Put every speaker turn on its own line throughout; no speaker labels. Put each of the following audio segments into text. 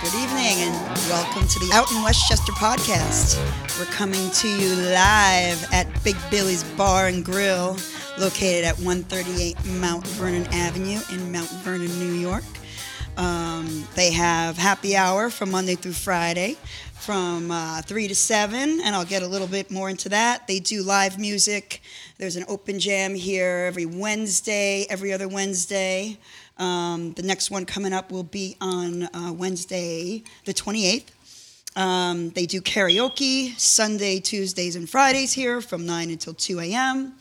Good evening and welcome to the Out in Westchester podcast. We're coming to you live at Big Billy's Bar and Grill, located at 138 Mount Vernon Avenue in Mount Vernon, New York. Um, they have happy hour from Monday through Friday from uh, 3 to 7, and I'll get a little bit more into that. They do live music. There's an open jam here every Wednesday, every other Wednesday. Um, the next one coming up will be on uh, Wednesday, the 28th. Um, they do karaoke Sunday, Tuesdays, and Fridays here from 9 until 2 a.m.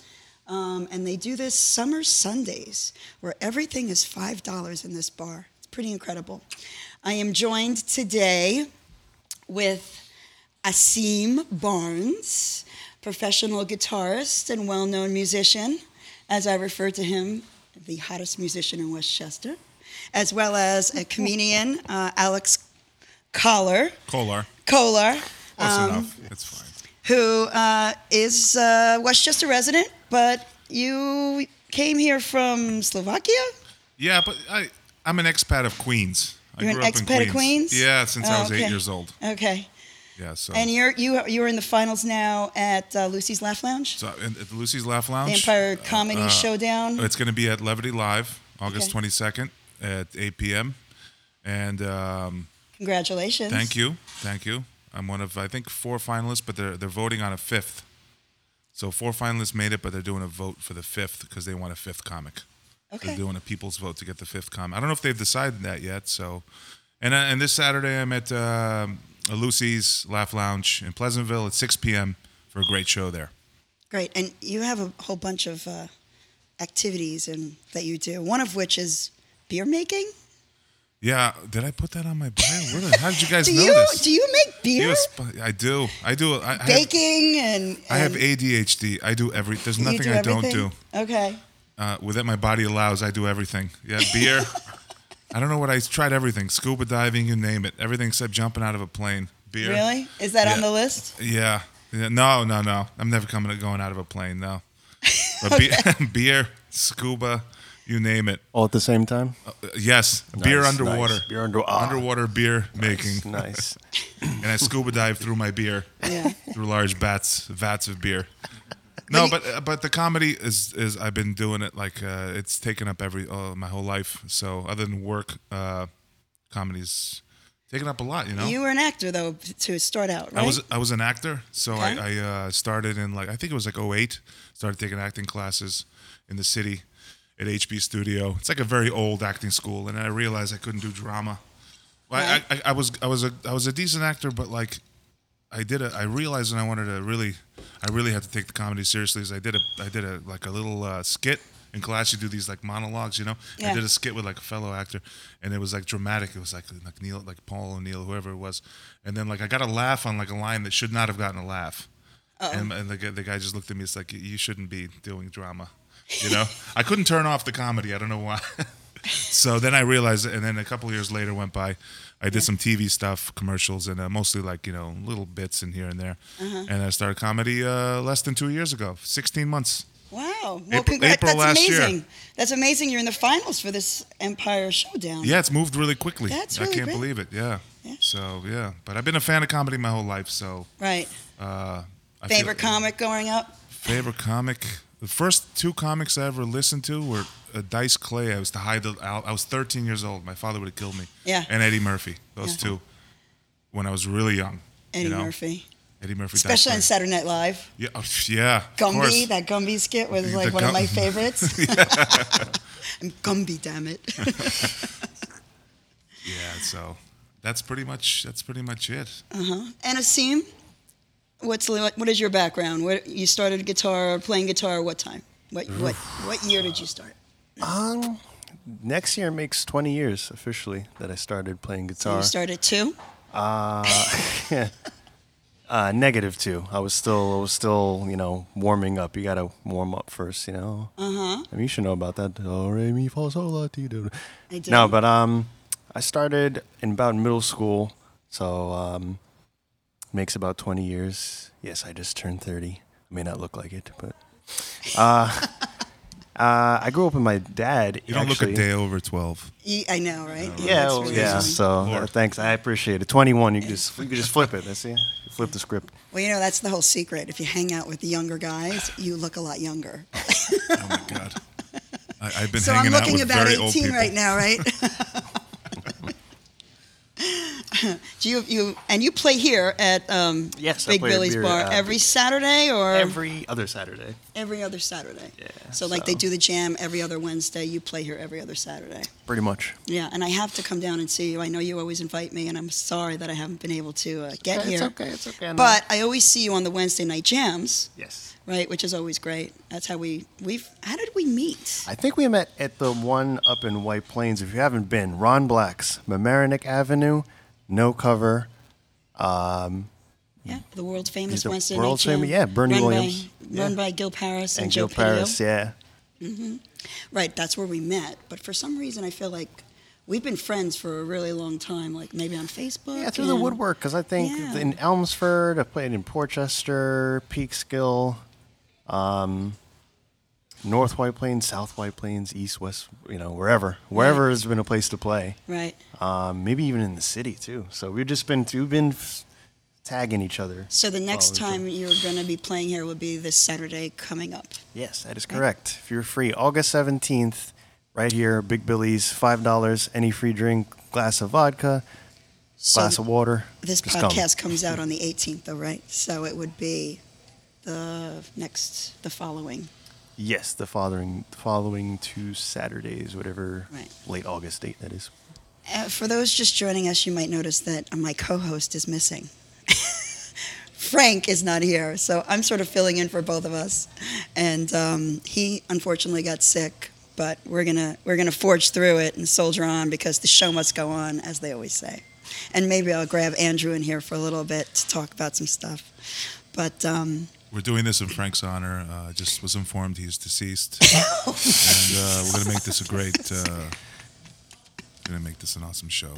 Um, and they do this summer Sundays where everything is $5 in this bar. It's pretty incredible. I am joined today with Asim Barnes, professional guitarist and well known musician, as I refer to him, the hottest musician in Westchester, as well as a comedian, uh, Alex Collar,
Kolar.
Kolar,
Close
Um,
enough. It's fine.
who uh, is a Westchester resident, but you came here from Slovakia?
Yeah, but I I'm an expat of Queens. I
You're an
grew up in
expat
Queens.
of Queens?
Yeah, since
Oh,
I was
okay.
eight years old.
Okay.
Yeah, so
And you're you you're in the finals now at uh, Lucy's Laugh Lounge,
so in- at the Lucy's Laugh Lounge.
Vampire Comedy
uh,
Showdown.
It's going to be at Levity Live, August
Okay.
22nd at 8 p.m. And um,
Congratulations!
thank you, thank you. I'm one of I think four finalists, but they're they're voting on a fifth. So four finalists made it, but they're doing a vote for the fifth because they want a fifth comic.
Okay.
They're doing a people's vote to get the fifth com. I don't know if they've decided that yet. So, and uh, and this Saturday I'm at um Lucy's Laugh Lounge in Pleasantville at 6 p.m. for a great show there.
Great, and you have a whole bunch of uh, activities and that you do. One of which is beer making.
Yeah, did I put that on my bio? Where the, how did you guys
Do
know
you
this?
do you make beer?
You sp- I do. I do. I, I have-
Baking and,
I have
and
ADHD. I do every. There's
you
nothing
do
I don't
everything?
do.
Okay,
Uh, with that my body allows, I do everything. Yeah, beer. I don't know what I tried everything. Scuba diving, you name it. Everything except jumping out of a plane. Beer.
really? Is that on
Yeah.
the list?
Yeah. Yeah. No, no, no. I'm never coming going out of a plane, no. But be- beer, scuba, you name it.
All at the same time?
Uh, Yes, beer
Nice,
underwater.
nice. Beer under- ah.
underwater beer making.
Nice.
And I scuba dive through my beer,
Yeah.
through large bats, vats of beer. No, but uh, but the comedy is is I've been doing it like uh, it's taken up every uh, my whole life. So other than work, uh, comedy's taken up a lot. You know,
You were an actor though to start out, right?
I was I was an actor, so
Okay.
I, I uh, started in like I think it was like 08, started taking acting classes in the city at HB Studio. It's like a very old acting school, and I realized I couldn't do drama. Well, I- I, I, I was I was a I was a decent actor, but like I did a, I realized when I wanted to really I really had to take the comedy seriously. Is I did a I did a like a little uh, skit in class. You do these like monologues, you know.
Yeah.
I did a skit with like a fellow actor, and it was like dramatic. It was like like Neil like Paul O'Neill, whoever it was, and then like I got a laugh on like a line that should not have gotten a laugh. And, and the, guy- the guy just looked at me. It's like you shouldn't be doing drama, you know. I couldn't turn off the comedy. I don't know why. so then I realized, and then a couple years later went by. I did some TV stuff, commercials, and uh, mostly like you know little bits in here and there.
Uh-huh.
And I started comedy uh, less than two years ago, sixteen months.
Wow. Well,
April-
congrats.
April
That's
last year.
amazing. That's amazing. You're in the finals for this Empire Showdown.
Yeah, it's moved really quickly.
That's
I
really
can't
great.
believe it. Yeah.
Yeah.
So yeah, but I've been a fan of comedy my whole life. So
Right.
uh, I feel-
Favorite comic growing up?
Favorite comic. The first two comics I ever listened to were uh, Dice Clay. I was to hide the. I was 13 years old. My father would have killed me.
Yeah.
And Eddie Murphy. Those
Yeah.
two. When I was really young. you
Eddie
know?
Murphy.
Eddie Murphy. Dice
Especially on
Clay.
Saturday Night Live.
Yeah. oh, yeah. of
Gumby,
course.
that Gumby skit was
The
like one of
Gum-
my favorites. I'm Gumby, damn it.
Yeah. So that's pretty much. That's pretty much it.
and Asim, what's li- what is your background? Where you started guitar, playing guitar? What time? What what what year did you start?
Um, next year makes 20 years officially that I started playing guitar.
You started at two.
uh, negative two. I was still, I was still, you know, warming up. You gotta warm up first, you know. Uh huh.
Uh-huh.
I mean, you should know about that. Do re mi fa sol la ti do.
I do.
No, but um, I started in about middle school, so um, makes about 20 years. Yes, I just turned 30. May not look like it, but uh, Uh, I grew up with my dad.
You don't
actually.
look a day over twelve.
E- I know, right?
Yeah,
that's
well,
really
yeah.
funny.
So uh, thanks, I appreciate it. Twenty-one, you can just you can just flip it. That's it. You Flip the script.
Well, you know, that's the whole secret. If you hang out with the younger guys, you look a lot younger.
Oh my god. I, I've been
So I'm
hanging out
looking
with
about
very old
18
people.
right now, right? Do you, you and you play here at um,
Yes, I
Big
play at
Billy's
Beer,
Bar
uh,
every Saturday or
Every other Saturday.
every other Saturday.
Yeah,
so, like they
so-
do the jam every other Wednesday, you play here every other Saturday.
Pretty much.
Yeah, and I have to come down and see you. I know you always invite me, and I'm sorry that I haven't been able to uh, get
Okay,
here.
It's okay. It's okay. I know.
But I always see you on the Wednesday night jams,
yes,
right? Which is always great. That's how we we've. How did we meet?
I think we met at the one up in White Plains. If you haven't been, Ron Black's Mamaroneck Avenue, no cover.
Yeah, the world famous
He's the
Wednesday
world
night jam.
famous- yeah, Bernie
run
Williams.
By,
Yeah.
Run by Gil Paris and,
And
Joe
Gil Paris,
Pidio.
yeah.
Right, that's where we met. But for some reason, I feel like we've been friends for a really long time. Like maybe on Facebook.
Yeah, through the
and-
woodwork, because I think
Yeah.
in Elmsford, I played in Portchester, Peekskill, um, North White Plains, South White Plains, East, West, you know, wherever. Wherever has been a place to play.
Right.
Um, maybe even in the city, too. So we've just been, we've been f- tagging each other.
So the next
Oh,
time you're going to be playing here would be this Saturday coming up.
Yes, that is correct. If you're free, August 17th, right here, Big Billy's, $5, any free drink, glass of vodka,
So
glass of water.
This
Just come.
podcast comes out on the 18th, though, right? So it would be the next, the following.
Yes, the following following two Saturdays, whatever
Right.
late August date that is.
Uh, for those just joining us, you might notice that my co host is missing. Frank is not here, so I'm sort of filling in for both of us. And um, he unfortunately got sick, but we're gonna we're gonna forge through it and soldier on because the show must go on, as they always say. And maybe I'll grab Andrew in here for a little bit to talk about some stuff. But um,
We're doing this in Frank's honor. Uh, just was informed he's deceased, and uh, we're gonna make this a great. Uh, gonna make this an awesome show.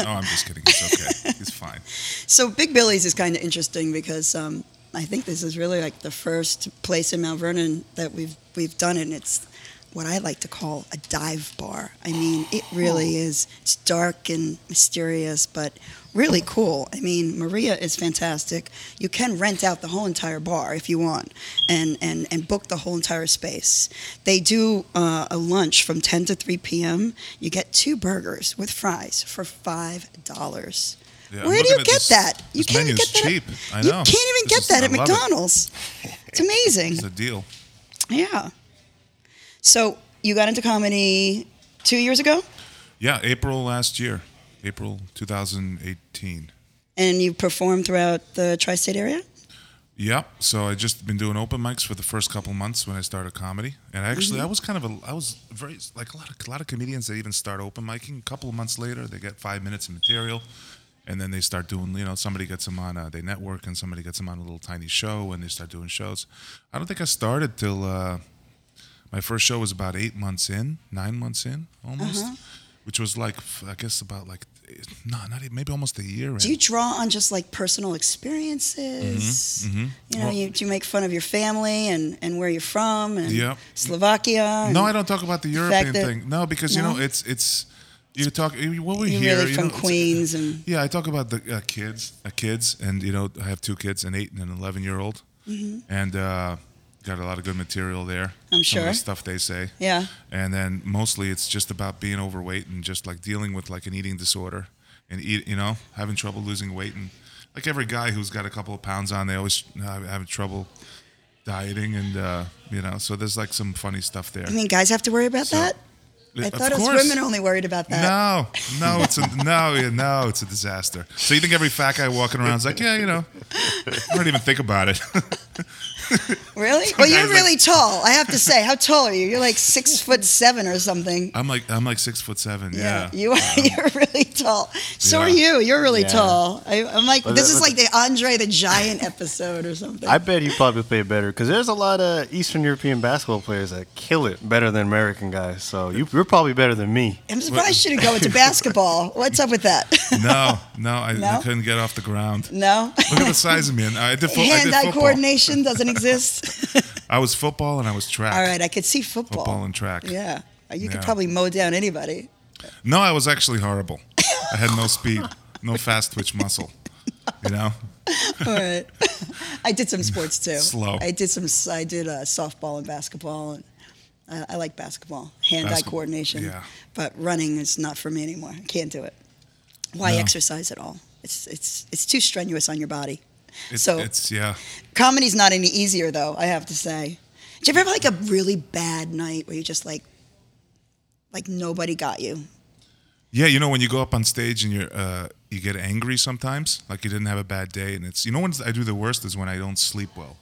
oh, I'm just kidding. It's okay. He's fine.
So Big Billy's is kind of interesting because um, I think this is really like the first place in Mount Vernon that we've we've done it, and it's what I like to call a dive bar. I mean, it really is. It's dark and mysterious, but really cool. I mean, Maria is fantastic. You can rent out the whole entire bar if you want, and and and book the whole entire space. They do uh, a lunch from 10 to 3 p.m. You get two burgers with fries for five dollars.
Yeah, I'm
Where do
looking
you
at
get
this-
that? You
this
can't even
menu
get
is
that.
cheap.
At,
I
You
know.
can't even
This
get
is-
that
I
at
love it.
McDonald's. It's amazing.
It's a deal.
yeah. So you got into comedy two years ago,
Yeah, April last year, April 2018.
and you performed throughout the tri-state area.
Yep. So I just been doing open mics for the first couple months when I started comedy, and
Mm-hmm.
actually I was kind of a I was very like a lot of a lot of comedians that even start open micing. A couple of months later, they get five minutes of material, and then they start doing you know somebody gets them on uh, they network and somebody gets them on a little tiny show and they start doing shows. I don't think I started till uh, my first show was about eight months in, nine months in almost,
Mm-hmm.
which was like f- I guess about like eh, no not even, maybe almost a year.
Do you draw on just like personal experiences?
Mm-hmm,
You know, you, do you make fun of your family and, and where you're from and
Yep.
Slovakia?
No,
and-
I don't talk about the
fact
European
that-
thing. No, because you
No?
know it's it's you talk. What we
You're
hear,
really
you
from
know, it's-
Queens and
Yeah, I talk about the uh, kids, uh, kids, and you know I have two kids, an eight and an eleven year old, and uh, got a lot of good material there.
Mm-hmm. I'm
Some of
sure.
the stuff they say.
Yeah.
And then mostly it's just about being overweight and just like dealing with like an eating disorder and eat, you know, having trouble losing weight and like every guy who's got a couple of pounds on, they always uh, having trouble dieting and uh, you know. So there's like some funny stuff there.
I mean, guys have to worry about
So-
that. I
Of
thought it was
course.
women only worried about that.
No, no, it's a no, yeah, no, it's a disaster. So you think every fat guy walking around is like, yeah, you know, I don't even think about it.
Really? Well, you're
guy's like-
really tall. I have to say, how tall are you? You're like six foot seven or something.
I'm like, I'm like six foot seven. Uh, Yeah,
you are. You're really tall. So are
Yeah.
you. You're really
Yeah.
tall. I, I'm like,
But
this
that-
is like the Andre the Giant episode or something.
I bet he probably played better because there's a lot of Eastern European basketball players that kill it better than American guys. So you, you're probably better than me.
I'm surprised you didn't go into basketball. What's up with that?
No, no, I,
No?
I couldn't get off the ground.
no.
Look at the size of me. And I did, fo- I did
Hand-eye
football.
coordination doesn't exist.
I was football and I was track.
All right, I could see football.
Football and track.
Yeah, you could
Yeah.
probably mow down anybody.
No, I was actually horrible. I had no speed, no fast twitch muscle. You know,
All right, I did some sports too.
Slow.
I did some. I did uh, softball and basketball, and uh, I like basketball, hand-eye
Basketball,
coordination.
yeah.
But running is not for me anymore. I can't do it. Why
No.
exercise at all? It's it's it's too strenuous on your body.
it's,
so
it's yeah.
comedy's not any easier though. I have to say. Did you ever have like a really bad night where you just like, like nobody got you?
Yeah, you know when you go up on stage and you're uh, you get angry sometimes, like you didn't have a bad day, and it's you know when I do the worst is when I don't sleep well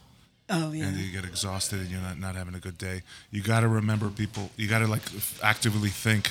Oh yeah.
and you get exhausted and you're not, not having a good day. You got to remember people. You got to like f- actively think.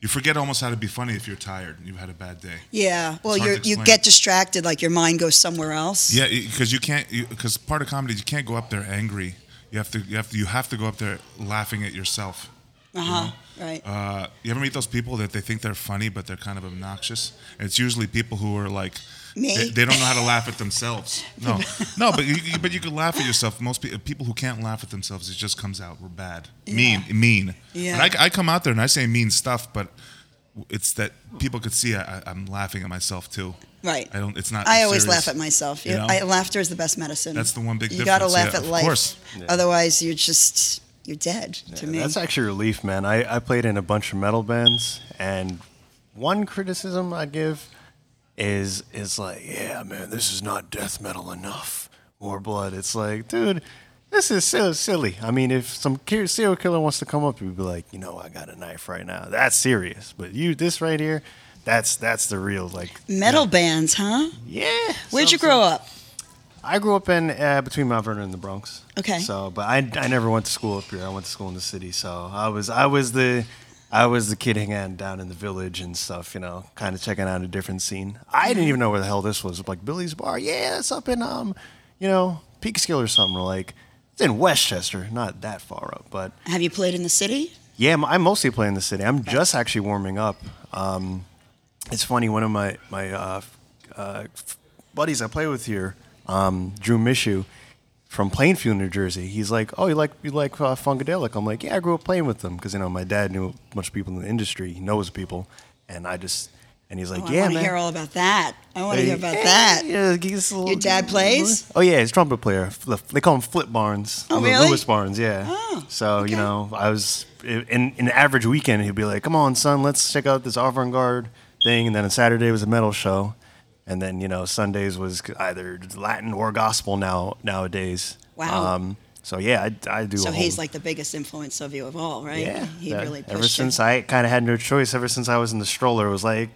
You forget almost how to be funny if you're tired and you've had a bad day.
Yeah. Well,
hard
you
to
you
explain.
get distracted, like your mind goes somewhere else.
Yeah, because you can't. Because part of comedy, is you can't go up there angry. You have to. You have to. You have to go up there laughing at yourself.
Uh huh. Right.
Uh, you ever meet those people that they think they're funny but they're kind of obnoxious? And it's usually people who are like,
Me?
They, they don't know how to laugh at themselves. No, no, but you, you- but you can laugh at yourself. Most people, people who can't laugh at themselves, it just comes out. We're bad, mean, mean.
Yeah.
But I, I come out there and I say mean stuff, but it's that people could see I, I, I'm laughing at myself too.
right.
I don't. It's not.
I always
serious.
laugh at myself.
You know?
I, laughter is the best medicine.
That's the one big
You gotta
difference,
laugh
yeah,
at
of
life.
course.
Yeah.
Otherwise, you're just you're dead. to me,
That's actually relief, man. I, I played in a bunch of metal bands, and one criticism I give is is like, yeah, man, this is not death metal enough. More blood. It's like, dude, this is so silly. I mean, if some ki- serial killer wants to come up, you'd be like, you know, I got a knife right now. That's serious. But you, this right here, that's that's the real like.
metal bands, huh?
Yeah.
Where'd you
something.
grow up?
I grew up in uh, between Mount Vernon and the Bronx.
Okay.
So, but I, I never went to school up here. I went to school in the city. So I was I was the I was the kid hanging out down in the village and stuff. You know, kind of checking out a different scene. I didn't even know where the hell this was. Like Billy's Bar. Yeah, it's up in um, you know, Peekskill or something. Or like it's in Westchester, not that far up, but
Have you played in the city?
yeah, m- I mostly play in the city. I'm just actually warming up. Um, it's funny. One of my my uh, f- uh, f- buddies I play with here, um, Drew Mishu, from Plainfield, New Jersey. He's like, "Oh, you like you like uh, Funkadelic?" I'm like, "Yeah, I grew up playing with them because you know my dad knew a bunch of people in the industry. He knows people, and I just and he's like,
Oh, I
"Yeah,
want to
man."
hear all about that. I want to
Hey,
hear about
hey,
that.
yeah, he's a little-
dad plays?
Oh yeah, he's a trumpet player. F- They call him Flip Barnes.
Oh,
Lew-
really?
Lewis Barnes, yeah.
Oh,
so
okay.
you know, I was in in an average weekend. He'd be like, "Come on, son, let's check out this avant-garde thing." And then on Saturday was a metal show, and then you know Sundays was either Latin or gospel now nowadays. Um,
Wow.
so yeah, I, I do.
So
a
he's
whole-
like the biggest influence of you of all, right?
yeah.
He
that-
really pushed
ever since
you.
I kind of had no choice. Ever since I was in the stroller, it was like,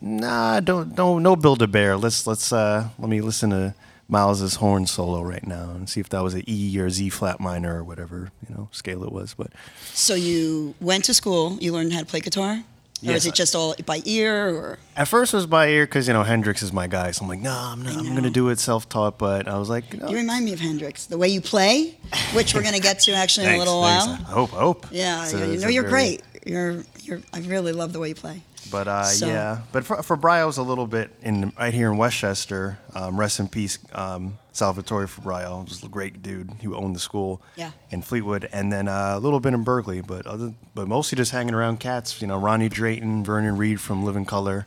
nah, don't, don't, no build a bear. Let's, let's, uh, let me listen to Miles's horn solo right now and see if that was an E or Z flat minor or whatever you know scale it was. But
So you went to school. You learned how to play guitar. Or
Yes,
is
I-
it just all by ear? Or
at first it was by ear because you know Hendrix is my guy, so I'm like, nah, I'm not, I'm gonna
know.
do it self taught. But I was like, no,
you remind me of Hendrix, the way you play, which we're going to get to actually in a
thanks,
little
thanks.
while.
I hope, I hope.
Yeah,
It's a-
yeah, you
it's
know
a
you're
very-
great. You're you're. I really love the way you play.
But uh,
So-
yeah, but for, for Bry, I was a little bit in right here in Westchester. Um, rest in peace, um, Salvatore Fabrio. Just a great dude who owned the school.
Yeah.
In Fleetwood, and then uh, a little bit in Berkeley, but other, but mostly just hanging around cats. You know, Ronnie Drayton, Vernon Reed from Living Color.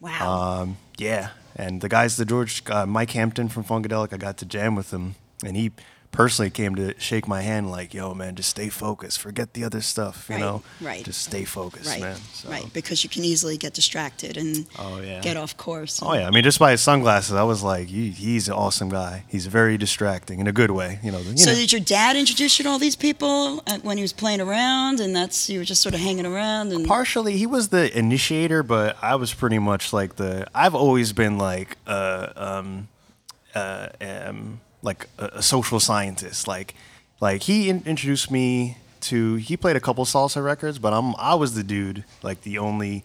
Wow.
Um, yeah, and the guys, the George uh, Mike Hampton from Funkadelic, I got to jam with him, and he personally came to shake my hand like, "Yo, man, just stay focused. Forget the other stuff. You
Right,
know,
right.
Just stay focused,
right.
man." So-
Right. Because you can easily get distracted and
Oh, yeah.
get off course.
Oh yeah, I mean, just by his sunglasses, I was like, he, he's an awesome guy. He's very distracting in a good way, you know. You
So
know.
did your dad introduce you to all these people uh, when he was playing around, and that's you were just sort of hanging around and
Partially, he was the initiator, but I was pretty much like the. I've always been like, uh, um, uh, um, like a, a social scientist. Like, like he in- introduced me to. He played a couple salsa records, but I'm I was the dude, like the only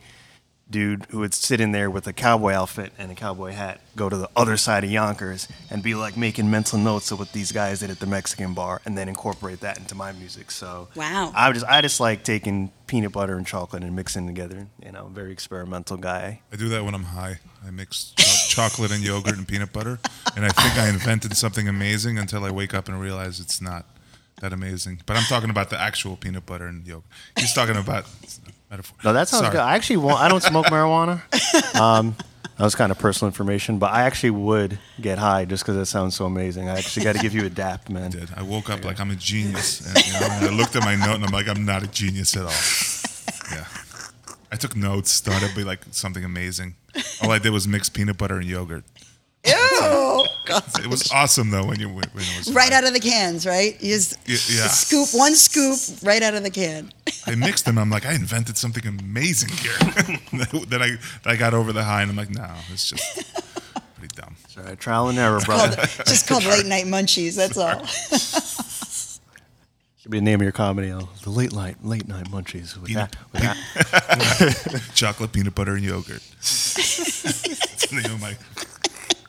dude who would sit in there with a cowboy outfit and a cowboy hat, go to the other side of Yonkers and be like making mental notes of what these guys did at the Mexican bar and then incorporate that into my music. So
Wow.
I just I just like taking peanut butter and chocolate and mixing together. You know, very experimental guy.
I do that when I'm high. I mix cho- chocolate and yogurt and peanut butter, and I think I invented something amazing until I wake up and realize it's not. that amazing. But I'm talking about the actual peanut butter and yogurt. He's talking about metaphor.
No, that sounds
Sorry.
good. I actually want. I don't smoke marijuana. Um, that was kind of personal information, but I actually would get high just because it sounds so amazing. I actually got to give you a dap, man.
did. I woke up like I'm a genius. And, you know, and I looked at my note and I'm like, I'm not a genius at all. Yeah. I took notes, thought it'd be like something amazing. All I did was mix peanut butter and yogurt.
Ew.
It was awesome though when you when it was
right out of the cans, right? You just
Y- yeah.
scoop one scoop right out of the can.
I mixed them. I'm like, I invented something amazing here. then I then I got over the high and I'm like, no, it's just pretty dumb.
All right, trial and error,
Called,
brother.
just called late night munchies. That's all.
Should be the name of your comedy. uh, The late night, late night munchies. With
Peanut-
that, with that.
Chocolate peanut butter and yogurt. That's the name of my.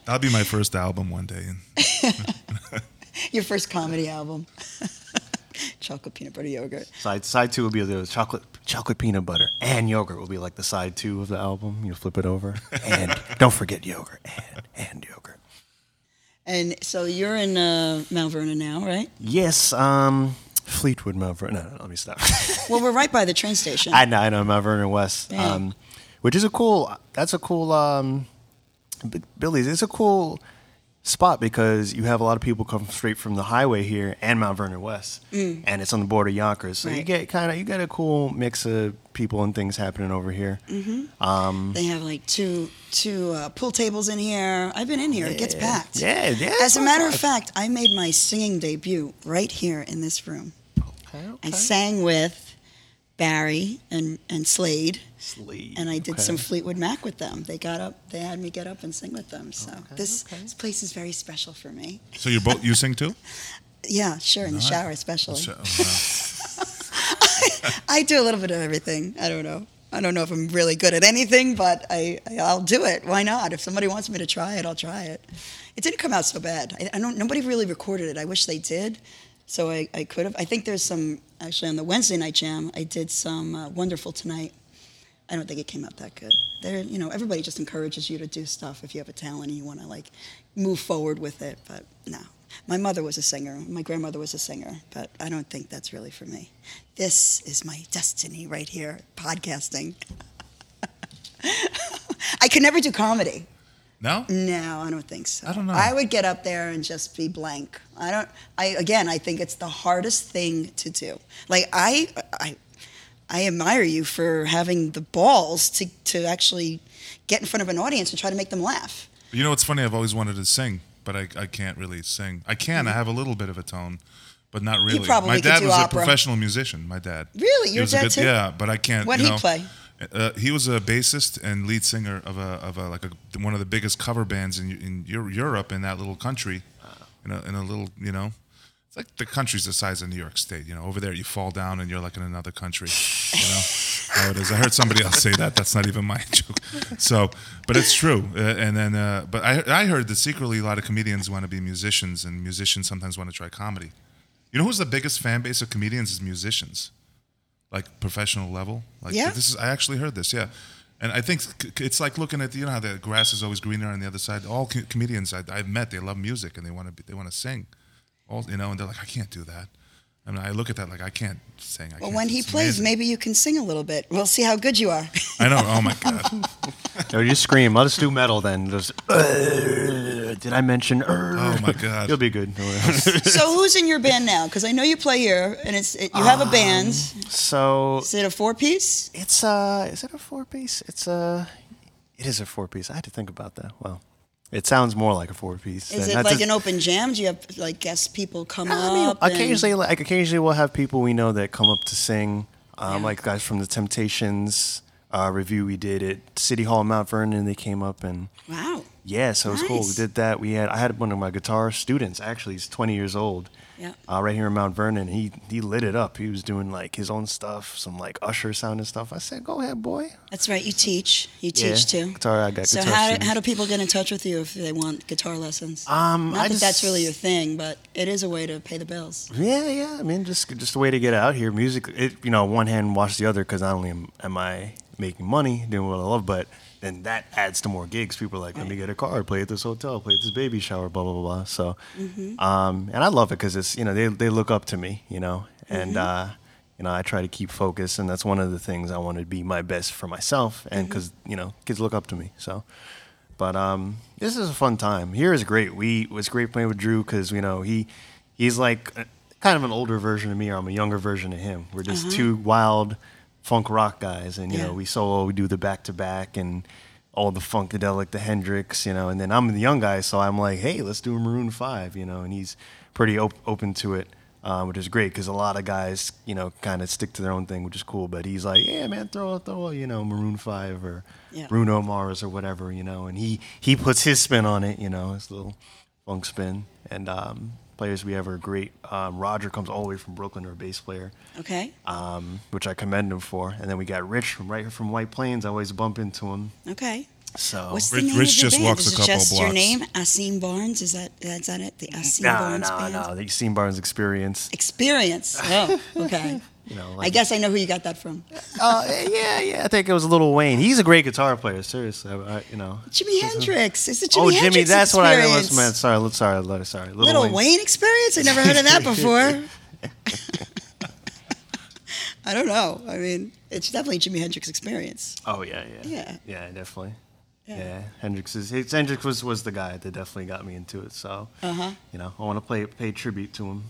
That'll be my first album one day. And
Your first comedy album. Chocolate peanut butter yogurt.
Side side two will be the chocolate chocolate peanut butter and yogurt will be like the side two of the album. You flip it over and don't forget yogurt and and yogurt.
And so you're in uh, Mount Vernon now, right?
Yes, um, Fleetwood Mount Vernon. No, no, let me stop.
Well, we're right by the train station.
I know, I know Mount Vernon West,
Yeah.
um, which is a cool. That's a cool. Um, B- Billy's. It's a cool spot because you have a lot of people come straight from the highway here and Mount Vernon West, and it's on the border of Yonkers. So you
Mm. Right.
get kind of you get a cool mix of people and things happening over here.
Mm. they have like two two uh, pool tables in here. I've been in here. It gets packed.
Yeah, yeah.
As a matter of fact, I made my singing debut right here in this room. I sang with Barry and, and Slade, and I did some Fleetwood Mac with them. They got up, they had me get up and sing with them. So this, this place is very special for me.
so you both you sing too?
Yeah, sure, in the
Nice.
shower especially.
So, uh, wow.
I do a little bit of everything. I don't know. I don't know if I'm really good at anything, but I, I I'll do it. Why not? If somebody wants me to try it, I'll try it. It didn't come out so bad. I, I don't. Nobody really recorded it. I wish they did. So I, I could have. I think there's some actually on the Wednesday night jam. I did some uh, wonderful tonight. I don't think it came out that good. There, you know, everybody just encourages you to do stuff if you have a talent and you want to like move forward with it. But no, my mother was a singer. My grandmother was a singer, but I don't think that's really for me. This is my destiny right here, podcasting. I could never do comedy.
no,
No, I don't think so.
I don't know.
I would get up there and just be blank. I don't. I again, I think it's the hardest thing to do. Like I, I, I admire you for having the balls to to actually get in front of an audience and try to make them laugh.
you know what's funny? I've always wanted to sing, but I, I can't really sing. I can. I have a little bit of a tone, but not really.
probably
my
could
dad
do
was
opera.
a professional musician. My dad.
Really?
He
Your
was a
dad
good-
too?
Yeah, but I can't.
What'd
you
he
know,
play?
Uh, he was a bassist and lead singer of a of a like a, one of the biggest cover bands in in Eu- Europe in that little country, in a in a little you know. It's like the country's the size of New York State. You know, over there you fall down and you're like in another country. You know, how it is. I heard somebody else say that. That's not even my joke. So, but it's true. Uh, and then, uh, but I I heard that secretly a lot of comedians want to be musicians, and musicians sometimes want to try comedy. You know who's the biggest fan base of comedians is musicians, like professional level. Like
Yeah.
this is I actually heard this. Yeah. And I think c- c- it's like looking at you know how the grass is always greener on the other side. All co- comedians I, I've met, they love music and they want to they want to sing, all you know, and they're like, I can't do that. I mean, I look at that like I can't sing. I
Well,
can't.
when he
It's
plays,
amazing.
maybe you can sing a little bit. We'll see how good you are.
I know. Oh my god.
Or you scream. Let us do metal then. Just, uh, did I mention? uh,
Oh my god.
You'll be good.
so who's in your band now? Because I know you play here, and it's it, you have
Um,
a band.
so
Is it a four piece?
It's uh is it a four piece? It's a it is a four piece. I had to think about that. Wow. It sounds more like a four piece.
Is
than-
it
that's
like
a-
an open jam? Do you have like guest people come
I mean,
up? and-
occasionally like occasionally we'll have people we know that come up to sing. Um, like guys from the Temptations uh, review we did at City Hall in Mount Vernon they came up and
Wow.
yeah, so it was cool. We
Nice.
did that. We had I had one of my guitar students actually. He's 20 years old.
Yeah.
Uh, right here in Mount Vernon, he he lit it up. He was doing like his own stuff, some like Usher sounding stuff. I said, "Go ahead, boy."
That's right. You teach. You
Yeah,
teach too.
guitar- I got
so
guitar
how do,
students.
how do people get in touch with you if they want guitar lessons?
Um,
Not that
I
that's
just-
really your thing, but it is a way to pay the bills.
Yeah, yeah. I mean, just just a way to get out here. Music, it, you know, one hand wash the other because not only am, am I making money doing what I love, but then that adds to more gigs. People are like, let me get a card, play at this hotel, play at this baby shower, blah blah blah. blah. So, um, and I love it because it's you know they they look up to me, you know, and uh, you know I try to keep focused, and that's one of the things I want to be my best for myself, and because you know kids look up to me, so. But um, this is a fun time. Here is great. We it was great playing with Drew because you know he he's like uh, a- kind of an older version of me, or I'm a younger version of him. We're just two wild funk rock guys, and you
Yeah.
know we solo, we do the back to back, and all the funkadelic, the Hendrix, you know. And then I'm the young guy, so I'm like, hey, let's do a Maroon Five, you know. And he's pretty op- open to it. Um, which is great because a lot of guys, you know, kind of stick to their own thing, which is cool. But he's like, "Yeah, man, throw, throw, you know, Maroon Five or
Yeah.
Bruno Mars or whatever, you know, and he he puts his spin on it, you know, his little funk spin. And um, players we have are great. Um, Roger comes all the way from Brooklyn, our bass player,
Okay.
um, which I commend him for. And then we got Rich from right here from White Plains. I always bump into him.
Okay.
So
What's
Rich-
the name
Rich
of your
just
band?
walks
Is
a
it
couple
just your
blocks.
name? Asim Barnes? Is that is that it? The Asim
no,
Barnes
no,
band?
no. The Seen Barnes experience.
Experience. Oh, okay.
You know,
I guess I know who you got that from.
Uh, yeah, yeah. I think it was Little Wayne. He's a great guitar player. Seriously, I, I, you know.
Jimi Hendrix. It's the Jimi
oh,
Hendrix
Jimmy, that's what I
experience.
was meant. Sorry, li- sorry, li- sorry.
Little Wayne. experience? I never heard of that before. I don't know. I mean, it's definitely Jimi Hendrix experience.
Oh yeah, yeah,
Yeah.
yeah, definitely.
Yeah.
Yeah, Hendrix is it's- Hendrix was was the guy that definitely got me into it. So
Uh-huh.
you know, I want to play pay tribute to him.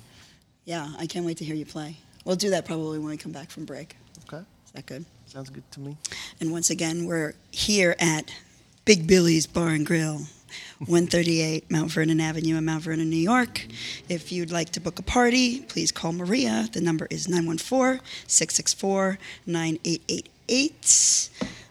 Yeah, I can't wait to hear you play. We'll do that probably when we come back from break.
Okay,
Is that good?
sounds good to me.
And once again, we're here at Big Billy's Bar and Grill, 138 Mount Vernon Avenue in Mount Vernon, New York. If you'd like to book a party, please call Maria. The number is 914 664 9888.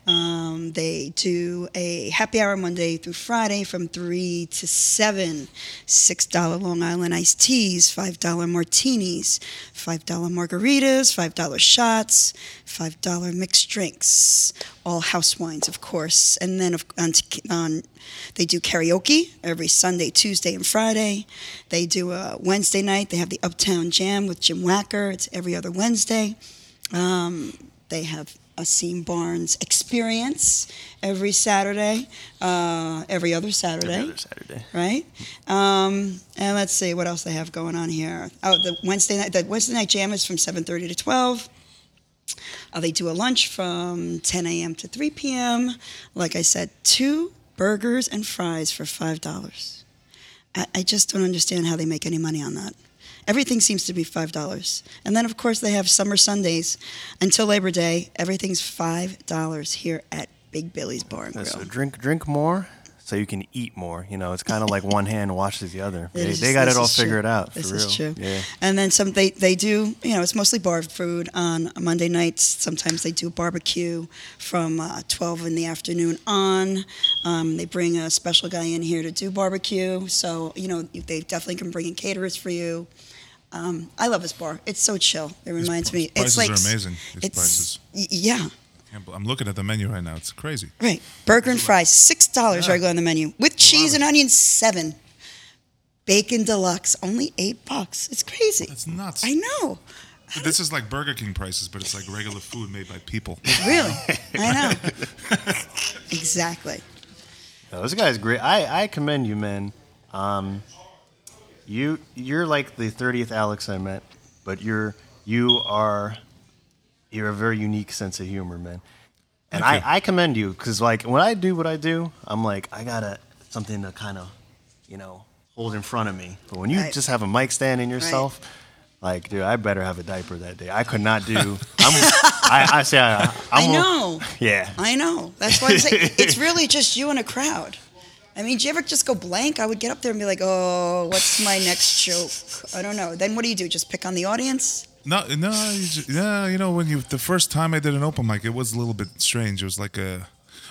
Um, they do a happy hour Monday through Friday from 3 to 7. $6 Long Island iced teas, $5 martinis, $5 margaritas, $5 shots, $5 mixed drinks, all house wines, of course. And then of- on, t- on, they do karaoke every Sunday, Tuesday, and Friday. They do a Wednesday night, they have the Uptown Jam with Jim Wacker. It's every other Wednesday Um, they have a Seam Barnes experience every Saturday, uh, every other Saturday,
Every other Saturday.
right? Um, and let's see what else they have going on here. Oh, the Wednesday night, the Wednesday night jam is from 7:30 to 12. Uh, they do a lunch from 10 a.m. to 3 p.m. Like I said, two burgers and fries for five dollars. I, I just don't understand how they make any money on that. Everything seems to be five dollars, and then of course they have summer Sundays until Labor Day. Everything's five dollars here at Big Billy's Bar and Grill.
So drink drink more, so you can eat more. You know, it's kind of like one hand washes the other.
It
They,
is-
they got
this
it all
is true.
figured out. For
This
real.
is true.
Yeah.
And then some they, they do, you know, it's mostly bar food on Monday nights. Sometimes they do barbecue from uh, 12 in the afternoon on. Um, they bring a special guy in here to do barbecue. So, you know, they definitely can bring in caterers for you. Um, I love this bar. It's so chill. It reminds me. it's
prices
like
are amazing. These
it's
prices.
y- yeah.
Can't bel- I'm looking at the menu right now. It's crazy.
Right. Burger and fries, six dollars
Yeah.
regular on the menu. With cheese and onions, seven. Bacon deluxe, only eight bucks. It's crazy.
That's nuts.
I know.
This is like Burger King prices, but it's like regular food made by people.
Really. I know. exactly.
No, this guy's great. I, I commend you, man. Um, you you're like the thirtieth Alex I met, but you're you are you're a very unique sense of humor, man. And
Thank you.
I, I commend you because like when I do what I do, I'm like I gotta something to kind of you know hold in front of me. But when you
Right.
just have a mic stand in yourself. Like, dude, I better have a diaper that day. I could not do. I'm, I, I say, I, I'm
I
a-
know.
Yeah.
I know. That's why I'm saying it's really just you and a crowd. I mean, do you ever just go blank? I would get up there and be like, oh, what's my next joke? I don't know. Then what do you do? Just pick on the audience?
No, no, you ju- yeah. You know, when you the first time I did an open mic, it was a little bit strange. It was like a,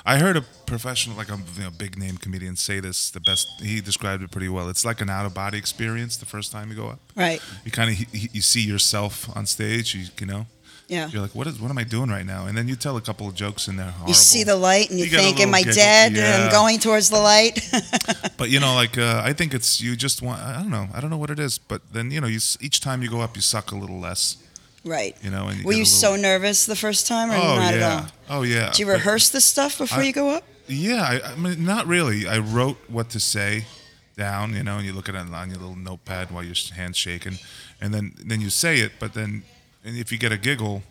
I heard a professional, like a you know, big name comedian, say this the best. He described it pretty well. It's like an out of body experience the first time you go up.
Right.
You kind of you see yourself on stage. You, you know.
Yeah.
You're like, what is what am I doing right now? And then you tell a couple of jokes in there. Horrible.
You see the light and you,
You get a
think, am
little
I
giggle.
dead? And I'm
Yeah.
going towards the light.
But you know, like uh, I think it's you just want. I don't know. I don't know what it is. But then you know, you s- each time you go up, you suck a little less.
right.
You know, and you
Were
get
you
a
so
little-
nervous the first time or
Oh
not
yeah.
at all?
Oh yeah.
Do you
But-
rehearse this stuff before
I-
you go up?
Yeah, I, I mean, not really. I wrote what to say down, you know, and you look at it on your little notepad while your hand's shaking, and then then you say it. But then, and if you get a giggle.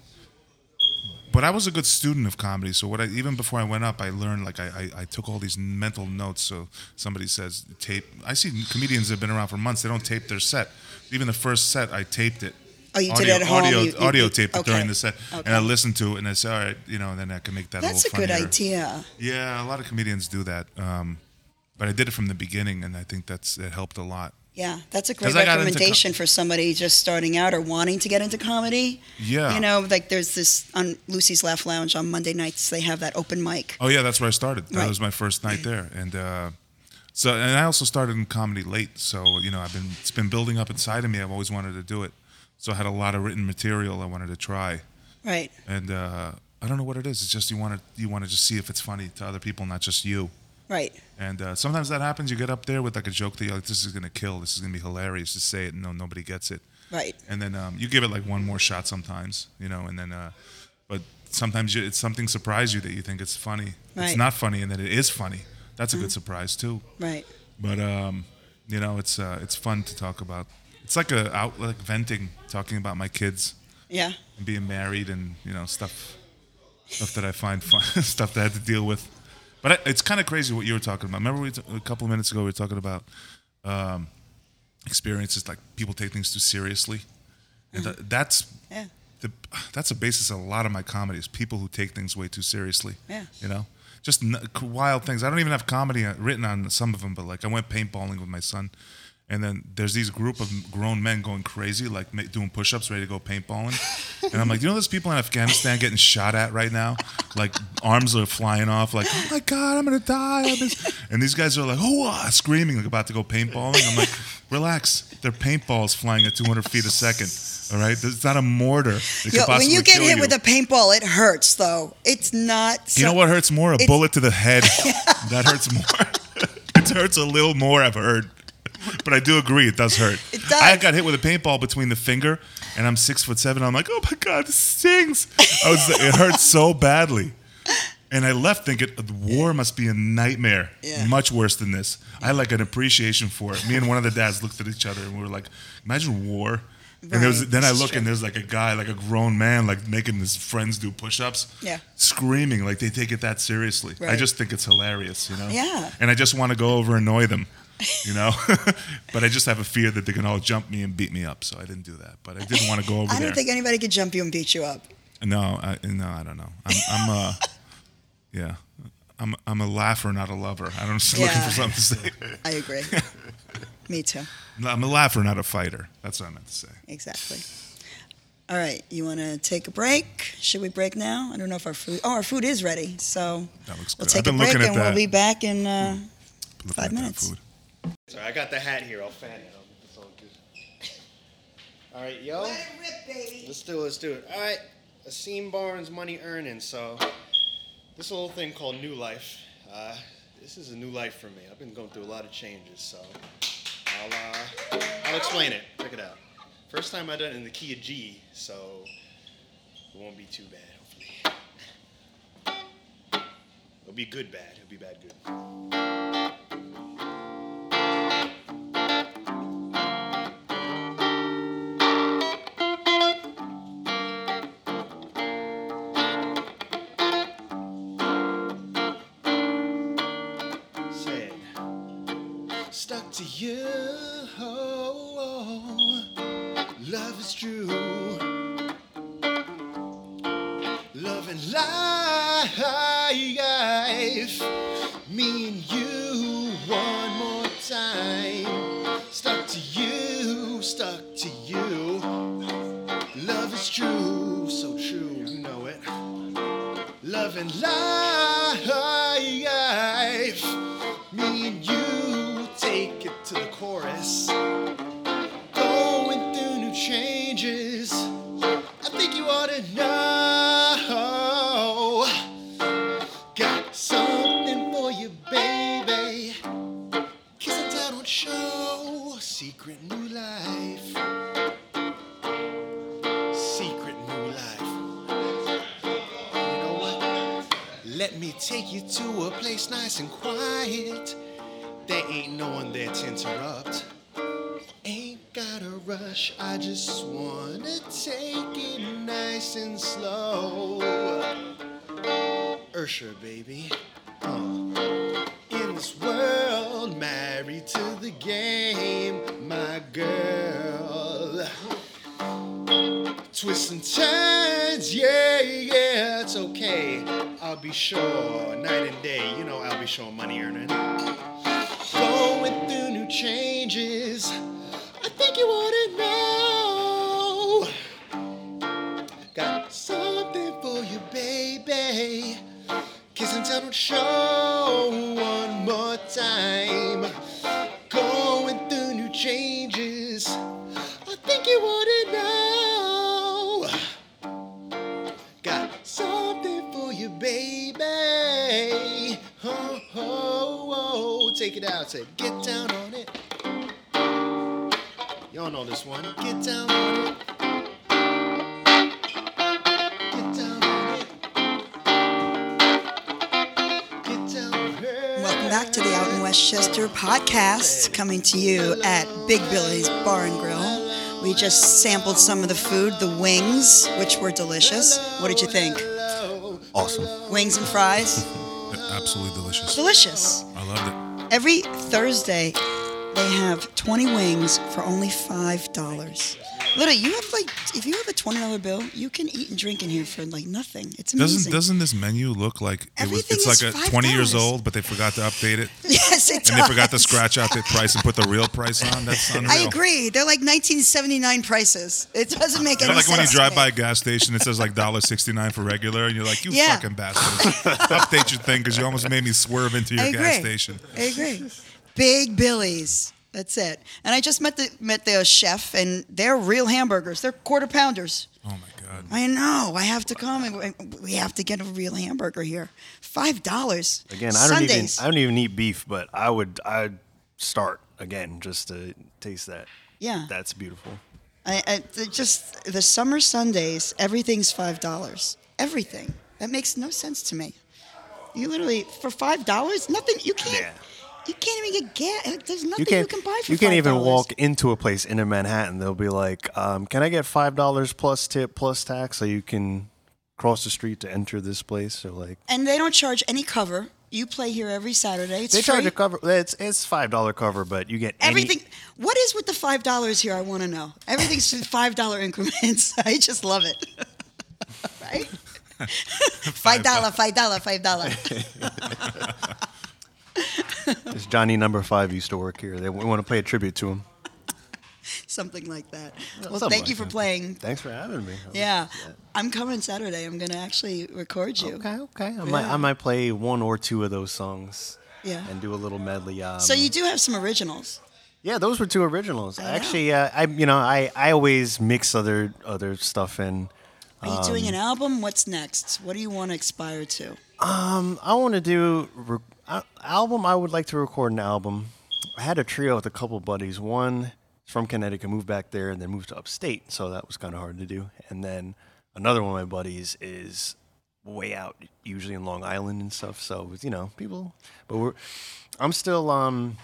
But I was a good student of comedy, so what I even before I went up, I learned like I, I, I took all these mental notes. So somebody says tape. I see comedians that have been around for months. They don't tape their set. Even the first set, I taped it.
Oh, you
audio,
did it at home.
Audio,
you, you-
audio
you-
tape it
okay.
during the set,
Okay.
and I listened to it, and I said, all right, you know, and then I can make that.
That's a
little
good
funnier.
idea.
Yeah, a lot of comedians do that. Um, but I did it from the beginning, and I think that's it helped a lot.
Yeah, that's a great
'Cause I got into co-
recommendation for somebody just starting out or wanting to get into comedy.
Yeah.
You know, like there's this on Lucy's Laugh Lounge on Monday nights, they have that open mic.
Oh yeah, that's where I started. That
Right.
was my first night there, and uh, so and I also started in comedy late. So you know, I've been it's been building up inside of me. I've always wanted to do it. So I had a lot of written material I wanted to try,
Right.
and uh, I don't know what it is. It's just you want to you want to just see if it's funny to other people, not just you.
Right.
And uh, sometimes that happens. You get up there with like a joke that you're like, "This is gonna kill. This is gonna be hilarious." Just say it, and no, nobody gets it.
Right.
And then um, you give it like one more shot sometimes, you know. And then, uh, but sometimes you, it's something surprise you that you think it's funny.
Right.
It's not funny, and then it is funny. That's a good surprise too.
Right.
But um, you know, it's uh, it's fun to talk about. It's like a out like venting, talking about my kids
Yeah.
and being married and you know stuff stuff that I find fun stuff that I had to deal with. But I, it's kind of crazy what you were talking about. Remember we t- a couple of minutes ago we were talking about um, experiences like people take things too seriously, and tha- that's
Hmm. Yeah.
the, that's a basis of a lot of my comedy is people who take things way too seriously.
Yeah.
You know, just n- c- wild things. I don't even have comedy uh, written on some of them, but like I went paintballing with my son, and then there's these group of grown men going crazy, like ma- doing push-ups, ready to go paintballing, and I'm like, you know, there's people in Afghanistan getting shot at right now, like arms are flying off, like oh my god, I'm gonna die, I'm just-" and these guys are like, oh, screaming, like about to go paintballing. I'm like, relax, they're paintballs flying at 200 feet a second. All right, it's not a mortar. that could
Yo, when
possibly
you get
kill
hit
you.
with a paintball, it hurts though. It's not.
You know what hurts more? A
It's-
bullet to the head. that hurts more. it hurts a little more, I've heard. But I do agree, it does hurt.
It does.
I got hit with a paintball between the finger, and I'm six foot seven. I'm like, oh my god, this stings. I was, it hurts so badly, and I left thinking the war must be a nightmare,
Yeah.
much worse than this. I had like an appreciation for it. Me and one of the dads looked at each other, and we were like, imagine war. And there was,
Right,
then I
it's
look
true.
and there's like a guy, like a grown man, like making his friends do push-ups
Yeah.
screaming like they take it that seriously. I
Right.
just think it's hilarious, you know.
Yeah.
And I just want to go over and annoy them, you know. but I just have a fear that they can all jump me and beat me up, so I didn't do that. But I didn't want to go over
I
there.
don't think anybody could jump you and beat you up.
no, I, no, I don't know. I'm, I'm uh, yeah, I'm I'm a laugher, not a lover. I don't just looking
Yeah.
for something to say.
I agree. Me too.
No, I'm a laugher, not a fighter. That's what I meant to say.
Exactly. All right, you want to take a break? Should we break now? I don't know if our food. Oh, our food is ready, so
That looks
we'll
good. I've
take a
been
break
looking at
and we'll
that.
be back in. Uh,
Looking
Five
at that
minutes.
food.
Sorry, I got the hat here. I'll fan it. I'll- It's all good. All right, yo.
rip, baby.
Let's do it. Let's do it. All right. Asim Barnes, money earning. So, this little thing called New Life. Uh, this is a new life for me. I've been going through a lot of changes. So, I'll, uh, I'll explain it. Check it out. First time I done it in the key of G. So, it won't be too bad, hopefully. It'll be good, bad. It'll be bad, good. said, Stuck to you. oh, Love is true. Love and life. Me and you one more time. Stuck to you, stuck to you. Love is true, so true, you know it. Love and life. Me and you take it to the chorus. Going through new changes. I think you ought to know. Got something for you, baby. Kiss and tell, don't show. Secret new life. Secret new life. You know what?
Let me take you to a place nice and quiet. There ain't no one there to interrupt. Ain't gotta rush, I just wanna take it nice and slow. Ursher, baby. Oh. In this world, married to the game, my girl. Twists and turns, yeah, yeah, it's okay. I'll be sure, night and day, you know I'll be sure money earning. Going through new changes, I think you wanna know. Got something for you, baby. Kiss and tell don't show one more time. Going through new changes. I think you wanna know. Got something for you, baby. Oh, oh, oh. Take it out, say, get down on it. Y'all know this one. Get down on it. Get down on it. Get down on it.
Welcome back to the Out in Westchester podcast, coming to you at Big Billy's Bar and Grill. We just sampled some of the food, the wings, which were delicious. What did you think?
Awesome.
Wings and fries?
Absolutely delicious.
Delicious.
I loved it.
Every Thursday, they have 20 wings for only $5. Little, you have like, if you have a $20 bill, you can eat and drink in here for like nothing. It's amazing.
Doesn't doesn't this menu look like it was,
Everything
it's
is
like a
$5.
20 years old, but they forgot to update it,
Yes, it does.
and they forgot to scratch out the price and put the real price on? That's unreal.
I agree. They're like 1979 prices. It doesn't make
It's
any
like
sense.
when you
to
drive
me.
by a gas station, it says like $1.69 for regular, and you're like, you
Yeah.
fucking bastards. Update your thing because you almost made me swerve into your
I
gas
agree.
station.
I agree. Big Billy's. That's it. And I just met the met the chef, and they're real hamburgers. They're quarter pounders.
Oh my God.
I know. I have to come, and we have to get a real hamburger here. Five dollars.
Again, I don't
Sundays.
even I don't even eat beef, but I would I'd start again just to taste that.
Yeah.
That's beautiful.
I, I it just the summer Sundays, everything's five dollars. Everything that makes no sense to me. You literally for five dollars, nothing. You can't.
Yeah.
You can't even get gas. like, There's nothing
You
you
can't
can, buy for.
you can't even
$5.
walk into a place in Manhattan. They'll be like, um, "Can I get five dollars plus tip plus tax so you can cross the street to enter this place?" So like
And they don't charge any cover. You play here every Saturday. It's
they
free.
charge a cover. It's it's five dollar cover, but you get any-
Everything. What is with the five dollars here? I want to know. Everything's in five dollar increments. I just love it. right? Five dollar, five dollar, five dollar.
It's Johnny Number Five used to work here. They want to play a tribute to him.
Something like that. Well,
Something
thank
like
you for
that.
playing.
Thanks for having me.
Yeah. I'm coming Saturday. I'm going to actually record you.
Okay, okay. I might I might play one or two of those songs.
Yeah.
And do a little medley. Um,
So you do have some originals.
Yeah, those were two originals.
know.
Actually, uh, I you know I, I always mix other other stuff in.
Are you doing an album? What's next? What do you want to aspire to?
Um, I want to do re- uh, album. I would like to record an album. I had a trio with a couple buddies. One is from Connecticut, moved back there, and then moved to upstate, so that was kind of hard to do. And then another one of my buddies is way out, usually in Long Island and stuff. So it was, you know, people. But we're, I'm still um,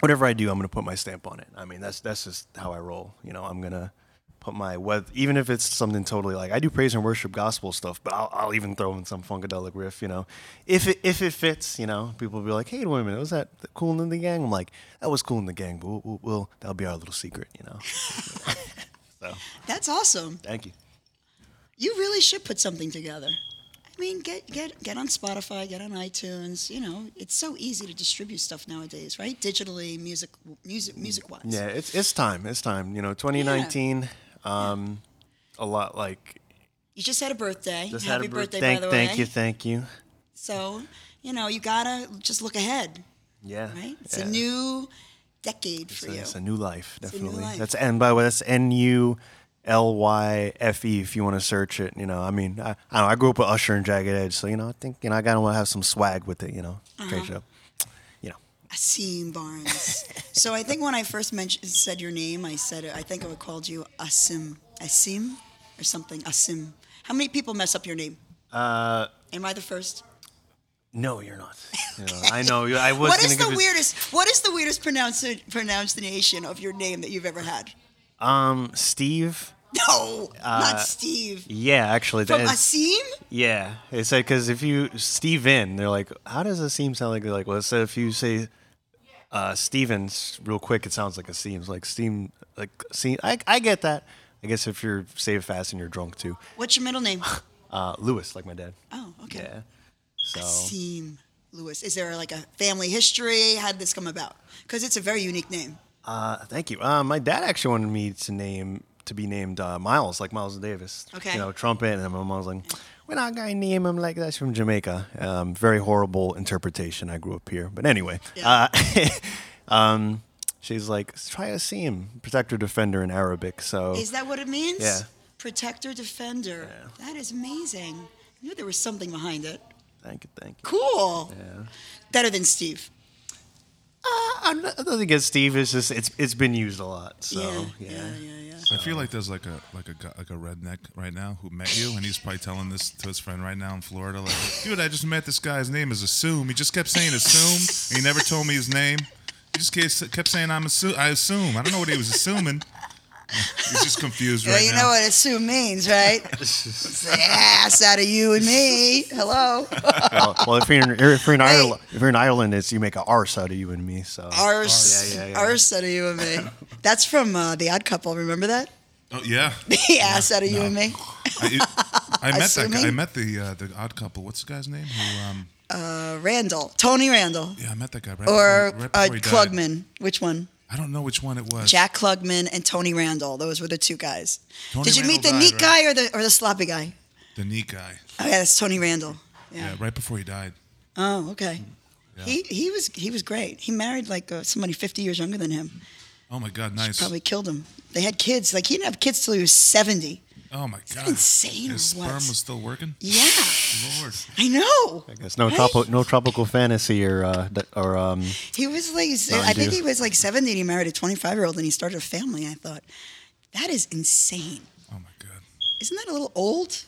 whatever I do, I'm gonna put my stamp on it. I mean, that's that's just how I roll. You know, I'm gonna put my whether even if it's something totally like I do praise and worship gospel stuff, but I'll, I'll even throw in some funkadelic riff. You know, if it if it fits, you know, people will be like, "Hey, wait a minute, was that cool in the gang?" I'm like, "That was cool in the gang, but we'll, we'll, we'll that'll be our little secret." You know. so
That's awesome.
thank you.
You really should put something together. I mean, get get get on Spotify, get on iTunes. You know, it's so easy to distribute stuff nowadays, right? Digitally, music, music, music wise.
Yeah, it's it's time. It's time. You know, 2019. Um, a lot like
You just had a birthday.
just
Happy
had a birth-
birthday,
Thank,
by the
thank
way.
you, thank you.
So, you know, you gotta just look ahead,
Yeah,
right? It's
yeah.
a new decade for
So
you.
It's a new life,
a new
definitely.
life.
That's and by the way, that's N U L Y F E if you want to search it. You know, I mean, I, I, don't know, I grew up with Usher and Jagged Edge, so you know, I think you know I gotta want to have some swag with it. You know,
Uh-huh.
change it up. You know,
Asim Barnes. so I think when I first mentioned said your name, I said I think I called you Asim, Asim, or something. Asim. How many people mess up your name? Uh, Am I the first?
No, you're not. You know, I know. you- I was.
What
gonna
is the
give it-
weirdest? What is the weirdest pronounci- pronunciation of your name that you've ever had?
Um, Steve.
No,
Uh,
not Steve.
Yeah, actually,
From
that is-
Asim?
Yeah, it said because if you Steven, they're like, how does a seam sound like? They're like, well, it said if you say uh, Stevens real quick, it sounds like a seam. It's like steam, like seam. I, I get that. I guess if you're say it fast and you're drunk too.
What's your middle name?
Uh, Lewis, like my dad.
Oh, okay.
Yeah. So
Asim Lewis. Is there like a family history? How did this come about? Because it's a very unique name.
uh, thank you. Uh, my dad actually wanted me to name to be named uh, Miles, like Miles Davis.
Okay.
You know, trumpet, and my mom was like, we're not gonna name him like that. He's from Jamaica. Um, very horrible interpretation. I grew up here, but anyway.
Yeah.
Uh, um, she's like, try a seam, protector, defender in Arabic. So
Is that what it means?
Oh. Yeah.
Protector, defender. That is amazing. I knew there was something behind it.
thank you, thank you.
Cool.
Yeah.
Better than Steve.
Uh, I'm not, nothing against Steve. It's just it's it's been used a lot. So
yeah, yeah, yeah, yeah.
I feel like there's like a like a gu- like a redneck right now who met you, and he's probably telling this to his friend right now in Florida. Like, dude, I just met this guy. His name is Assume. He just kept saying Assume, and he never told me his name. He just kept kept saying I'm assume. I assume. I don't know what he was assuming. He's just confused right
well, you
now.
know what assume means, right? it's the ass out of you and me. Hello.
well, well, if you're in, if you're in
Hey.
Ireland, if you're in Ireland, it's you make an arse out of you and me. So
Oh,
Arse.
Yeah, yeah, yeah.
Arse out of you and me. That's from uh, The Odd Couple. Remember that?
Oh yeah.
The ass out of you
No.
and me.
I, I met that guy. I
Assuming? met
met the uh, the odd couple. What's the guy's name? Who? um,
Uh, Randall. Tony Randall.
yeah, I met that guy. Right
Or uh, Klugman. Which one?
I don't know which one it was.
Jack Klugman and Tony Randall. Those were the two guys.
Tony
Did you meet the
Randall
neat
died,
guy
right?
or the or the sloppy guy?
The neat guy.
Oh yeah, that's Tony Randall. Yeah.
Yeah, right before he died.
Oh okay. He he was he was great. He married like uh, somebody 50 years younger than him.
Oh my God, nice.
Probably killed him. They had kids. Like he didn't have kids till he was 70.
Oh my God.
insane
His
or what?
sperm was still working.
Yeah,
Lord.
I know.
It's no
Right?
tropical, no tropical fantasy or uh, d- or um.
He was like, I
Mountain
think
Dew.
he was like 70 and he married a 25 year old and he started a family. I thought, that is insane.
Oh my God.
Isn't that a little old?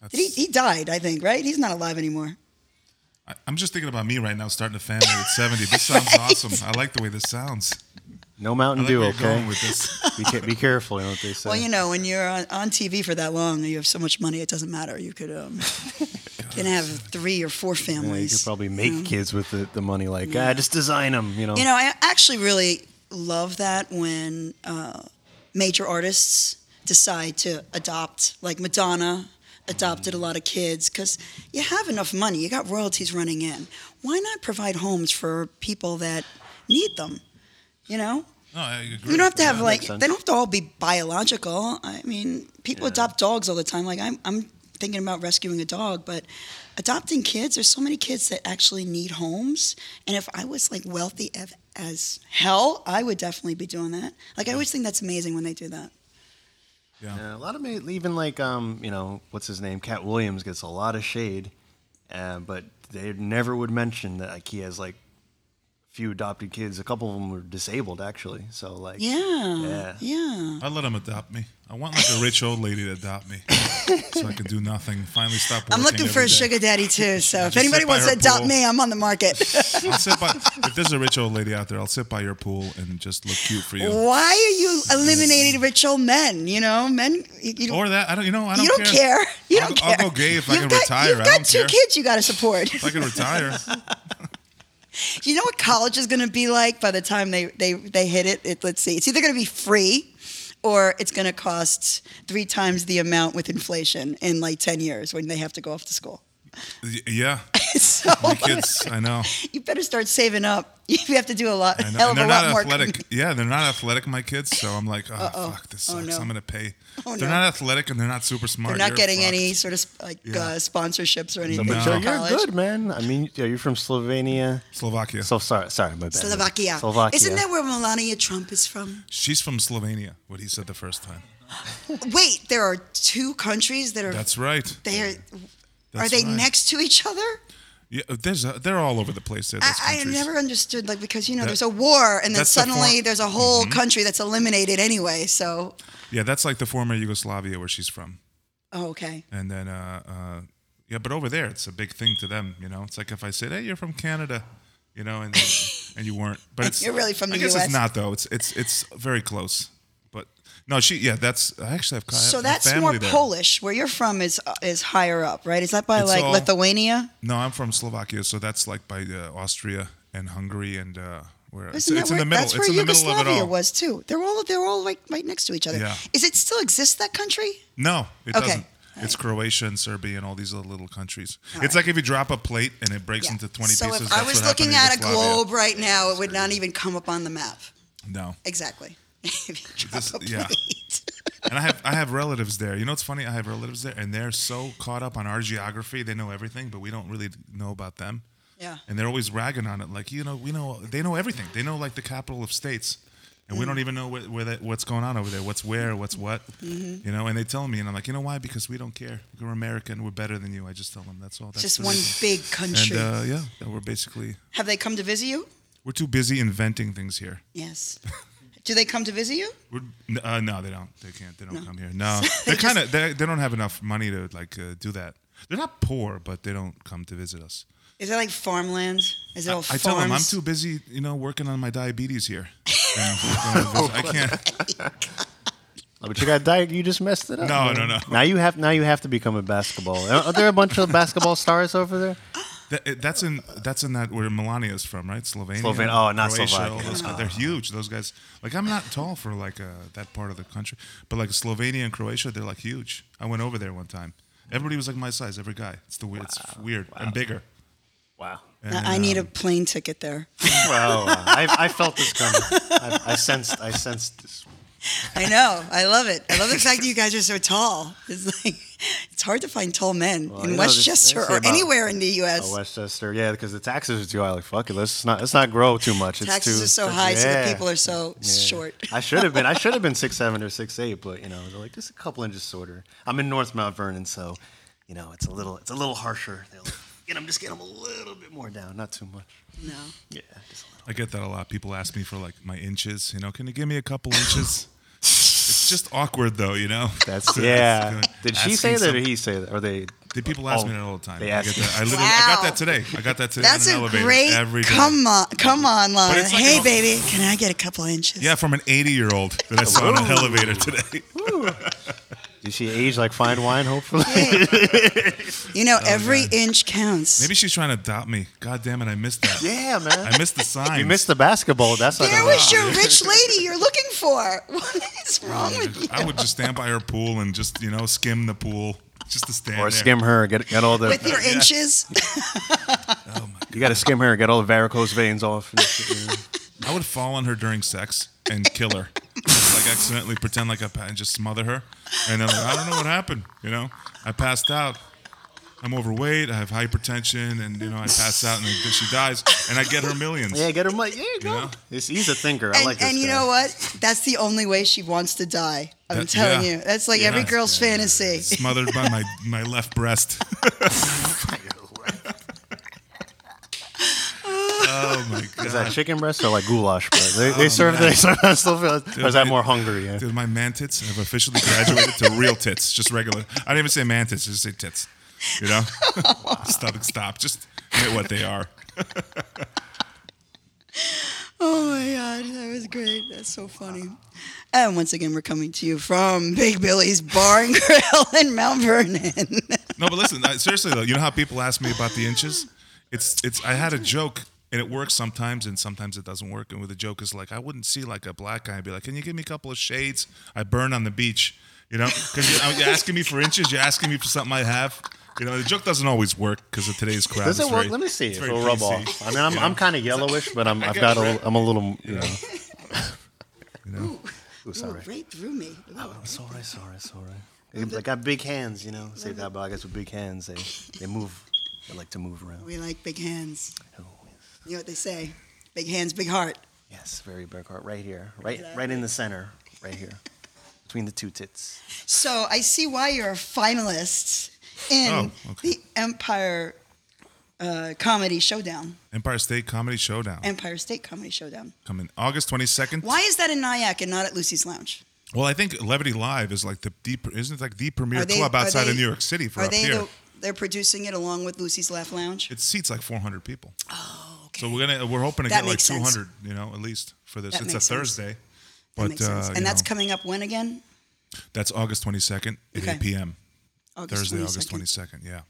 That's,
Did he, he died, I think, right? He's not alive anymore.
I, I'm just thinking about me right now, starting a family at 70. This sounds awesome. I like the way this sounds.
No
I
Mountain
like
Dew,
where you're
okay?
going with this.
Be, ca- be careful, you know what they say.
Well, you know, when you're on, on TV for that long, you have so much money, it doesn't matter. You could um, can have three or four
Yeah, you
families.
could probably make kids with the, the money, like ah, just design them, you know.
You know, I actually really love that when uh, major artists decide to adopt, like Madonna adopted a lot of kids because you have enough money, you got royalties running in. Why not provide homes for people that need them? You know,
No, I agree.
you don't have to
Yeah.
have like
makes sense.
they don't have to all be biological. I mean, people adopt dogs all the time. Like I'm, I'm thinking about rescuing a dog, but adopting kids. There's so many kids that actually need homes, and if I was like wealthy as, as hell, I would definitely be doing that. Like I always think that's amazing when they do that.
Yeah.
Yeah, a lot of ma- even like um, you know, what's his name? Cat Williams gets a lot of shade, uh, but they never would mention that like he has like few adopted kids. A couple of them were disabled actually, so like
Yeah,
Yeah.
yeah.
I let him adopt me. I want like a rich old lady to adopt me, so I can do nothing. Finally, stop. Working
I'm looking for
every
a
day.
sugar daddy too. So if
Just
anybody
sit by
wants to
her
adopt
pool.
me, I'm on the market.
I'll sit by. If there's a rich old lady out there, I'll sit by your pool and just look cute for you.
Why are you eliminating rich old men? You know, men. You, you,
Or that I don't. You know I don't.
you don't care. You
I'll,
don't
go-
care.
I'll go gay if I
You've
can
got,
retire.
You've
I
got
don't
two
care.
kids you got to support.
If I can retire,
you know what college is going to be like by the time they, they, they hit it? it? Let's see. It's either going to be free or it's going to cost three times the amount with inflation in like 10 years when they have to go off to school.
Y- yeah,
so
my kids. I know.
you better start saving up. You have to do a lot,
I know.
hell
And
of a
they're
lot
not
more.
athletic. Yeah, they're not athletic. My kids. So I'm like, oh fuck, this
Oh,
sucks.
no.
I'm gonna pay.
Oh,
they're
no.
not athletic and they're not super smart.
They're not
You're
getting
fucked.
any sort of like uh, sponsorships or anything.
But
No.
for
Joe, you're
Oh. college.
good, man. I mean, yeah, you're from Slovenia.
Slovakia.
So sorry, sorry, my bad.
Slovakia.
Slovakia.
Isn't that where Melania Trump is from?
She's from Slovenia. What he said the first time.
Wait, there are two countries that are
That's right.
they are are
That's
they
right.
next to each other?
Yeah, there's a, they're all over the place. There, those
I, I
countries.
never understood like because you know
That-
there's a war and then
that's the Mm-hmm.
suddenly
for-
there's a whole country that's eliminated anyway. So
Yeah, that's like the former Yugoslavia where she's from.
oh, okay,
and then uh, uh, Yeah, but over there, it's a big thing to them. You know, it's like if I said, "Hey, you're from Canada," you know, and and you weren't, but it's
You're really from
I
the
guess
US.
it's not though. It's it's it's very close. But no, she yeah, that's I actually have.
So that's more
family there.
Polish. Where you're from is uh, is higher up, right? Is that by
It's
like
all-
Lithuania?
No, I'm from Slovakia, so that's like by uh, Austria and Hungary and uh, where it's,
Isn't that
it's
where,
in the middle.
That's
it's
where
in the middle of
Yugoslavia
it all.
was too. They're all they're all like right next to each other.
Yeah.
Is it still exists that country?
No, it
Okay.
doesn't.
All
It's
right.
Croatia and Serbia and all these other little countries.
All
it's
right.
like if you drop a plate and it breaks
Yeah.
into 20
so if
pieces.
I
that's
was
what
looking
happened to
at a
Yugoslavia.
globe right now, it would not even come up on the map.
No.
Exactly. If you drop
This-
a
yeah.
plate.
And I have I have relatives there. You know what's funny? I have relatives there and they're so caught up on our geography. They know everything, but we don't really know about them.
Yeah.
And they're always ragging on it like, you know, we know they know everything. They know like the capital of states. And we don't
Mm-hmm.
even know where, where that, what's going on over there. What's where, what's what.
Mm-hmm.
You know, and they tell me and I'm like, "You know why? Because we don't care. We're American. We're better than you." I just tell them that's all. That's
Just
the
one
reason.
big
And
country.
uh, yeah, we're basically
Have they come to visit you?
we're too busy inventing things here.
Yes. Do they come to visit you?
We're, n- uh, no, they don't. They can't. They don't
No.
come here. No, they're kind of they, they don't have enough money to like uh, do that. They're not poor, but they don't come to visit us.
Is it like farmland? Is it all
I
farms?
tell them I'm too busy, you know, working on my diabetes here. You know, going to
Oh,
visit- I can't.
But you got diet. You just messed it up.
No,
man.
no, no.
Now you have now you have to become a basketball. Are are there a bunch of basketball stars over there?
That- it- that's in that's in that where Melania's from, right? Slovenia.
Slovenia. Oh, not
Croatia,
Slovakia.
all those guys. They're huge. Those guys. Like I'm not tall for like uh, that part of the country, but like Slovenia and Croatia, they're like huge. I went over there one time. Everybody was like my size. Every guy. It's the weird. It's weird and bigger. uh,
Wow. uh,
Now, I need a plane ticket there.
Wow. I, I felt this coming. I, I sensed. I sensed this.
I know. I love it. I love the fact that you guys are so tall. It's like it's hard to find tall men
Well,
in
you know, this-
Westchester
they say
or
about-
anywhere in the U.S.
Oh, Westchester, yeah, because the taxes are too high. Like, fuck it, let's not let's not grow too much. It's
Taxes
too,
are so high, so the
yeah.
people are so
Yeah.
short.
I should have been. I should have been six seven or six eight, but you know, they're like just a couple inches shorter. I'm in North Mount Vernon, so you know it's a little it's a little harsher. They're like, get them, just get them a little bit more down, not too much.
No.
Yeah, just a little.
I get that a lot. People ask me for like my inches. You know, can you give me a couple inches? it's just awkward though. You know.
That's
It's
yeah.
good.
Did she
Asking
say that, or
some-
he say that, or they?
Did people ask
Oh,
me that all the time?
They
I,
ask
get
you.
that. I literally I got
Wow.
that today. I got that today
That's a
in an elevator
great
every day.
come on, come on line.
it's like
hey,
an-
baby, can I get a couple inches?
Yeah, from an 80 year old that I saw in an elevator today.
Did she age like fine wine? Hopefully.
You know, every
man.
inch counts.
Maybe she's trying to adopt me. God damn it, I missed that.
yeah, man.
I missed the sign.
You missed the basketball. That's what
there
I
was your rich lady you're looking for. What is wrong with you?
I would just stand by her pool and just, you know, skim the pool just to stand
Or
there.
skim her, get get all the
With your inches,
Oh
You gotta skim her, get all the varicose veins off. and shit, you know.
I would fall on her during sex and kill her. Just, like accidentally pretend like I pa- and just smother her, and then like, I don't know what happened. You know, I passed out. I'm overweight. I have hypertension, and you know I pass out, and then she dies, and I get her millions.
yeah, get her money. Yeah, go.
know?
This, he's a thinker. I
and,
like this
and you
guy.
know what? That's the only way she wants to die. I'm
That-
telling
yeah.
you, that's like
Yeah.
every girl's fantasy.
Smothered by my my left breast. Oh my
Is that
god,
chicken breast or like goulash breast? They, they serve. They serve. I still feel. Or is that more hungry? Yeah.
dude! My man tits have officially graduated to real tits, just regular. I didn't even say man tits; I just say tits. You know, stop, stop, just admit what they are.
Oh my god, that was great. That's so funny. And once again, we're coming to you from Big Billy's Bar and Grill in Mount Vernon.
No, but listen, I, seriously though, you know how people ask me about the inches? It's it's. I had a joke, and it works sometimes, and sometimes it doesn't work. And with a joke is like, I wouldn't see like a black guy and be like, "Can you give me a couple of shades? I burn on the beach." You know, because you're, you're asking me for inches, you're asking me for something I have. You know, the joke doesn't always work because of today's crowd.
Does it
It's
work?
very-
Let me see
it's
if
very
it'll rub
PC,
off. I mean, I'm,
you
I'm
know?
kind of yellowish, but I'm, I've
get
got a
red.
little. I'm a little. You know.
You know?
Ooh, sorry.
right through me. Wow.
Sorry. Sorry. Sorry. They got big hands. You know. Say that, but I guess with big hands, they they move. They like to move around.
We like big hands.
Oh,
You know what they say? Big hands, big heart.
yes, very big heart. Right here. Right. Right in the center. Right here. Between the two tits.
So I see why you're a finalist in
Oh, okay.
the Empire uh, Comedy Showdown,
Empire State Comedy Showdown
Empire State Comedy Showdown.
coming August twenty second.
Why is that in Nyack and not at Lucy's Lounge?
Well, I think Levity Live is like the deep, isn't it like the premier
Are they-
club
are
outside
they-
of New York City for
Are
up
they
here.
the They're producing it along with Lucy's Laugh Lounge.
It seats like 400 people.
Oh, okay.
So we're gonna we're hoping to
That
get like
makes sense.
200, you know, at least for this.
That
it's a
makes sense.
Thursday,
that
but
makes sense.
uh,
and
you
that's
know,
coming up when again?
that's August 22nd at
Okay.
8 p.m.
August
Thursday,
22nd.
August 22nd. Yeah,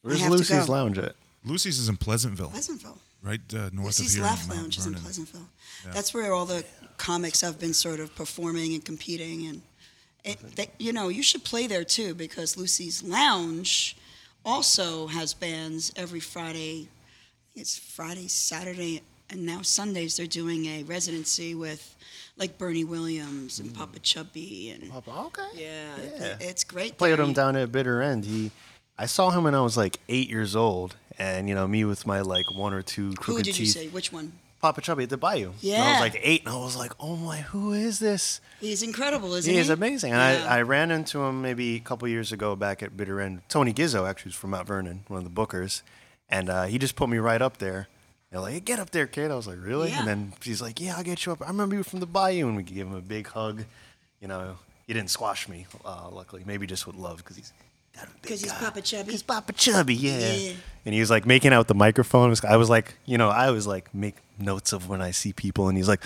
Where's
have to
Lucy's
go.
Lounge at?
Lucy's is in Pleasantville,
Pleasantville.
right uh, north
Lucy's
of here.
Laugh
Mount
Lounge is in
Vernon.
Pleasantville. That's where all the comics have been sort of performing and competing, and it, they, you know you should play there too because Lucy's Lounge also has bands every Friday. I think It's Friday, Saturday, and now Sundays. They're doing a residency with like Bernie Williams and Papa Chubby, and
Okay.
yeah,
Yeah.
it- it's great.
played
there.
him down at Bitter End. He, I saw him when I was like eight years old, and you know me with my like one or two
Who
crooked
did you
teeth.
say? Which one?
Papa Chubby at the Bayou. And I
Yeah.
was like eight, and I was like, oh my, who is this?
He's incredible, isn't
He
he?
is amazing. And
Yeah.
I, I ran into him maybe a couple years ago back at Bitter End. Tony Gizzo actually was from Mount Vernon, one of the bookers, and uh, he just put me right up there. They're like, hey, get up there, kid. I was like, really?
Yeah.
And then she's like, yeah, I'll get you up. I remember you from the bayou. And we gave him a big hug. You know, he didn't squash me, uh, luckily. Maybe just with love because he's got a big
'Cause he's
guy.
Papa Chubby.
He's Papa Chubby, yeah.
Yeah.
And he was like making out with the microphone. It was- I was like, you know, I was like make notes of when I see people. And he's like,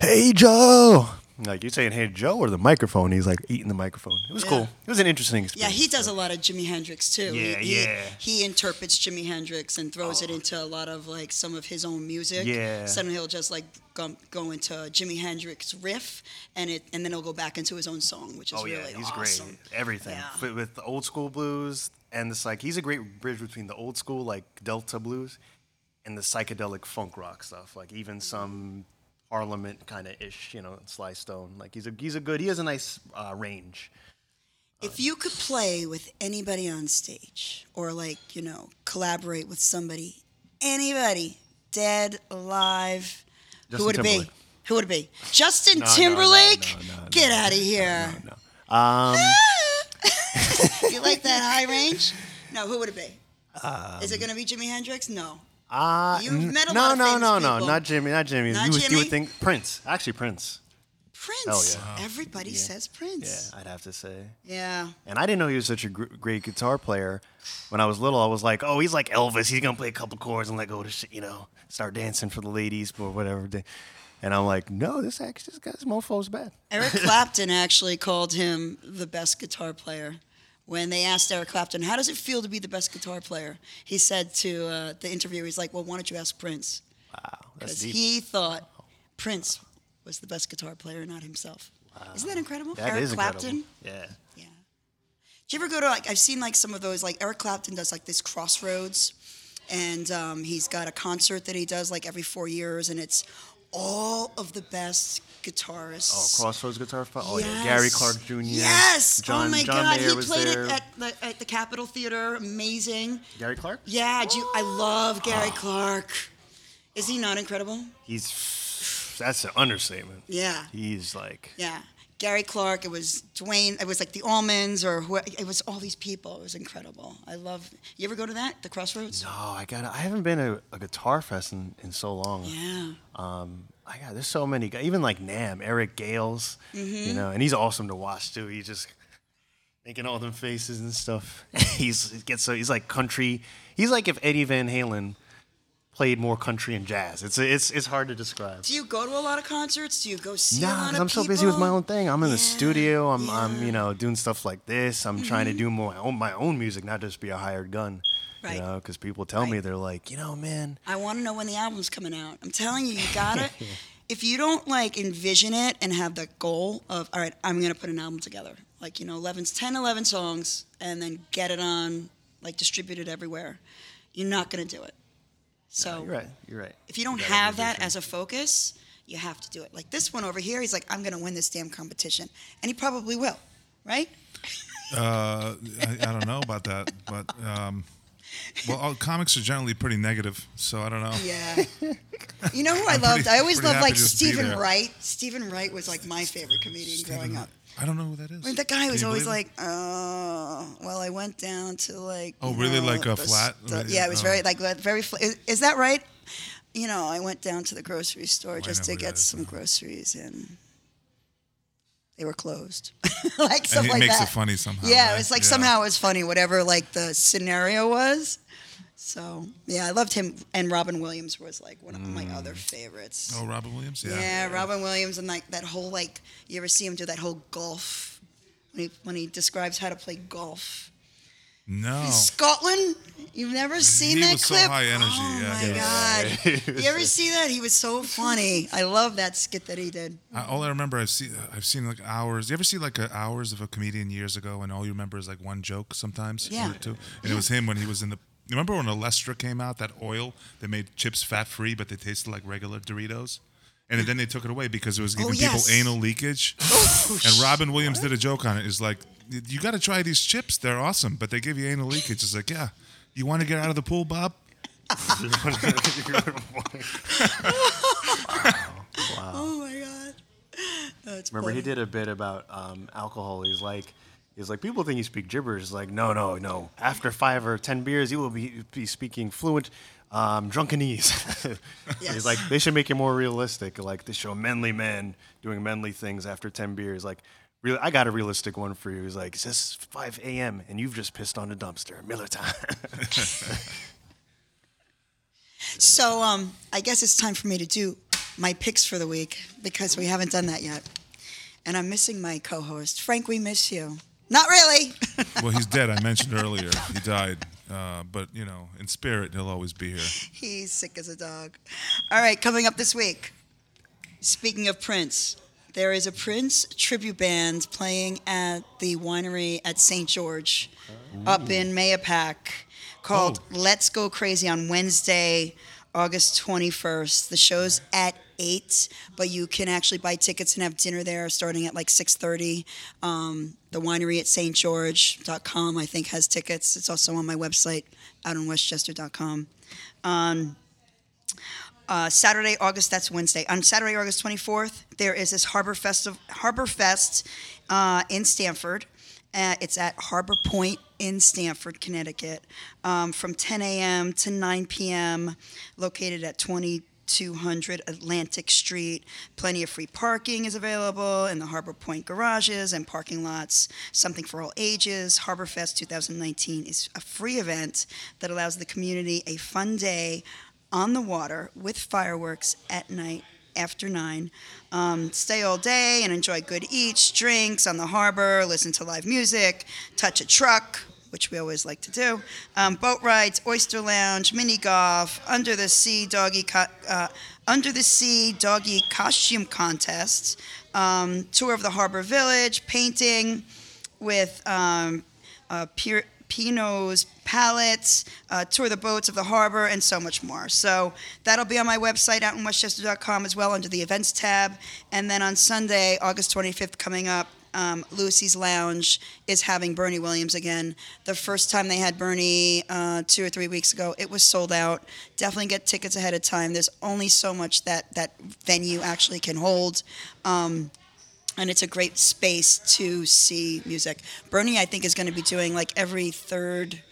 hey, Joe. I'm Like, you saying, hey, Joe, or the microphone? He's like eating the microphone. It was
Yeah.
cool. It was an interesting
Yeah,
experience.
he does a lot of Jimi Hendrix too. He-
Yeah,
he,
yeah. Oh.
He interprets Jimi Hendrix and throws it into a lot of like some of his own music.
Yeah.
Suddenly he'll just like go, go into a Jimi Hendrix riff and it and then he'll go back into his own song, which is
Oh,
really
yeah, he's
awesome.
great. Everything.
Yeah.
But with the old school blues and this, like, he's a great bridge between the old school, like, Delta blues and the psychedelic funk rock stuff. Like,
Mm-hmm.
even some Parliament kind of ish, you know, Sly Stone. Like, he's a, he's a good, he has a nice uh, range.
If you could play with anybody on stage or like, you know, collaborate with somebody, anybody, dead, alive, who
Justin
would it be?
Timberlake.
Who would it be? Justin
no, no,
Timberlake?
no, no, no,
Get out of here.
No. Um,
you like that high range? No, who would it be? Is it going to be Jimi Hendrix? No.
Um, uh,
You've
n-
met a
no,
lot of
no,
famous
no, no,
people.
not Jimmy, not Jimmy.
Not
you, would, you
Jimmy?
would think Prince, actually Prince.
Prince.
Hell
Everybody says
Yeah,
Prince.
I'd have to say.
Yeah.
And I didn't know he was such a gr- great guitar player. When I was little, I was like, oh, he's like Elvis. He's going to play a couple chords and let go of the shit, you know, start dancing for the ladies or whatever. they- And I'm like, no, this actually, this guy's mofo's bad.
Eric Clapton actually called him the best guitar player. When they asked Eric Clapton, how does it feel to be the best guitar player? He said to uh, the interviewer, he's like, well, why don't you ask Prince?
Wow, that's
Because
deep.
he thought Prince was the best guitar player, not himself. Isn't that incredible?
That
Eric
is
Clapton.
incredible. Yeah.
Yeah. Do you ever go to like I've seen like some of those like Eric Clapton does like this Crossroads, and um, he's got a concert that he does like every four years, and it's all of the best
Oh,
guitarists.
Crossroads Guitar Fest. Oh, yeah.
Yes.
Gary Clark Jr.
Yes.
John,
oh my
John
God,
Mayer
he
was
played
there.
it at the, at the Capitol Theater. Amazing.
Gary Clark?
Yeah. Do you, I love
Ah.
Gary Clark. Is he not incredible?
He's, that's an understatement.
Yeah.
He's like,
Yeah. Gary Clark, it was Dwayne, it was like the Almonds or who, it was all these people. It was incredible. I love, you ever go to that, the Crossroads?
oh, I got to I haven't been to a guitar fest in, in so long.
Yeah.
Um, I got there's so many guys, even like Nam, Eric Gales,
Mm-hmm.
you know, and he's awesome to watch too. He's just making all them faces and stuff. he's he gets so he's like country. He's like if Eddie Van Halen played more country and jazz. It's it's it's hard to describe.
Do you go to a lot of concerts? Do you go see a
Nah,
lot
'cause
of
I'm so busy with my
people?
own thing. I'm in
Yeah,
the studio. I'm I'm
yeah. Mm-hmm.
you know doing stuff like this. I'm trying to do more my own my own music, not just be a hired gun.
Right.
You know, because people tell me
Right.
they're like, you know, man,
I want to know when the album's coming out. I'm telling you, you gotta. if you don't like envision it and have the goal of, all right, I'm gonna put an album together, like you know, 11's 10, 11 songs, and then get it on, like distribute it everywhere, you're not gonna do it. So
you're right, you're right.
if you don't
gotta
have
be
that
different.
as a focus, you have to do it. Like this one over here, he's like, I'm gonna win this damn competition, and he probably will, right?
Uh, I, I don't know about that, but um, well, all, comics are generally pretty negative, so I don't know.
Yeah. You know who I
I'm
loved?
pretty-
I always
pretty
loved
happy
like
to just be
Stephen
there.
Wright. Stephen Wright was like my favorite comedian growing up.
I don't know who that is.
I mean, the guy
Can
was
you
always
believe it?
like, "Oh, well, I went down to like."
Oh,
you
really?
know,
Like a
the
flat?
stu-
Yeah,
yeah, it was
oh.
very like very. Fl- is, is that right? You know, I went down to the grocery store
I
just
know
to
who that
get
is
some
now.
groceries, and they were closed. like stuff
and it
like
makes
that.
it funny somehow.
Yeah,
right?
it's like somehow it's funny, whatever like the scenario was. So yeah, I loved him, and Robin Williams was like one of my other favorites.
Mm. Oh, Robin Williams. Yeah.
yeah, Robin Williams and like that whole like you ever see him do that whole golf when he when he describes how to play golf.
No.
Scotland, you've never seen
Oh. He
that
was so
clip.
high energy,
Oh
yeah.
my god! you ever see that? He was so funny. I love that skit that he did.
Oh.
I, all I remember, I've seen, I've seen like hours. You ever see like uh hours of a comedian years ago, and all you remember is like one joke sometimes,
Yeah.
or two. And it was him when he was in the. You remember when Alestra came out, that oil that made chips fat free, but they tasted like regular Doritos, and then they took it away because it was giving
Oh, yes. Oh,
people anal leakage. and Robin Williams did a joke on it. Is like, you got to try these chips. They're awesome, but they give you anal leakage. It's like, yeah, you want to get out of the pool, Bob?
Oh my god! Oh, That's
Remember, he
funny.
did a bit about um, alcohol. He's like, he's like, people think you speak gibberish. He's like, no, no, no. After five or ten beers, you will be, be speaking fluent um, drunkenese.
Yes.
He's like, they should make it more realistic. Like, they show manly men doing manly things after ten beers. Like, real, I got a realistic one for you. He's like, it's just five a.m. and you've just pissed on a dumpster. Miller time.
So um, I guess it's time for me to do my picks for the week because we haven't done that yet, and I'm missing my co-host Frank. We miss you. Not really.
Well, he's dead. I mentioned earlier he died, uh, but you know, in spirit, he'll always be here.
He's sick as a dog. All right, coming up this week. Speaking of Prince, there is a Prince tribute band playing at the winery at St. George up in Mayapack called Let's Go Crazy on Wednesday, August 21st. The show's at 8, but you can actually buy tickets and have dinner there starting at like 6:30. Um, the winery at stgeorge.com I think has tickets. It's also on my website out on westchester.com. Uh, Saturday, August, that's Wednesday. On Saturday, August 24th, there is this Harbor Fest, of, Harbor Fest uh, in Stamford. Uh, it's at Harbor Point in Stamford, Connecticut, um, from 10 a.m. to 9 p.m., located at 2200 Atlantic Street. Plenty of free parking is available in the Harbor Point garages and parking lots. Something for all ages. Harbor Fest 2019 is a free event that allows the community a fun day on the water with fireworks at night after nine. Um, stay all day and enjoy good eats, drinks on the harbor, listen to live music, touch a truck, which we always like to do, um, boat rides, oyster lounge, mini golf, under the sea doggy co- uh, under the sea doggy costume contest, um, tour of the harbor village, painting with um, uh, Pier- Pino's pallets, uh, tour the boats of the harbor, and so much more. So that'll be on my website out in westchester.com as well under the events tab. And then on Sunday, August 25th, coming up, um, Lucy's Lounge is having Bernie Williams again. The first time they had Bernie uh, two or three weeks ago, it was sold out. Definitely get tickets ahead of time. There's only so much that that venue actually can hold and it's a great space to see music. Bernie, I think, is going to be doing like every third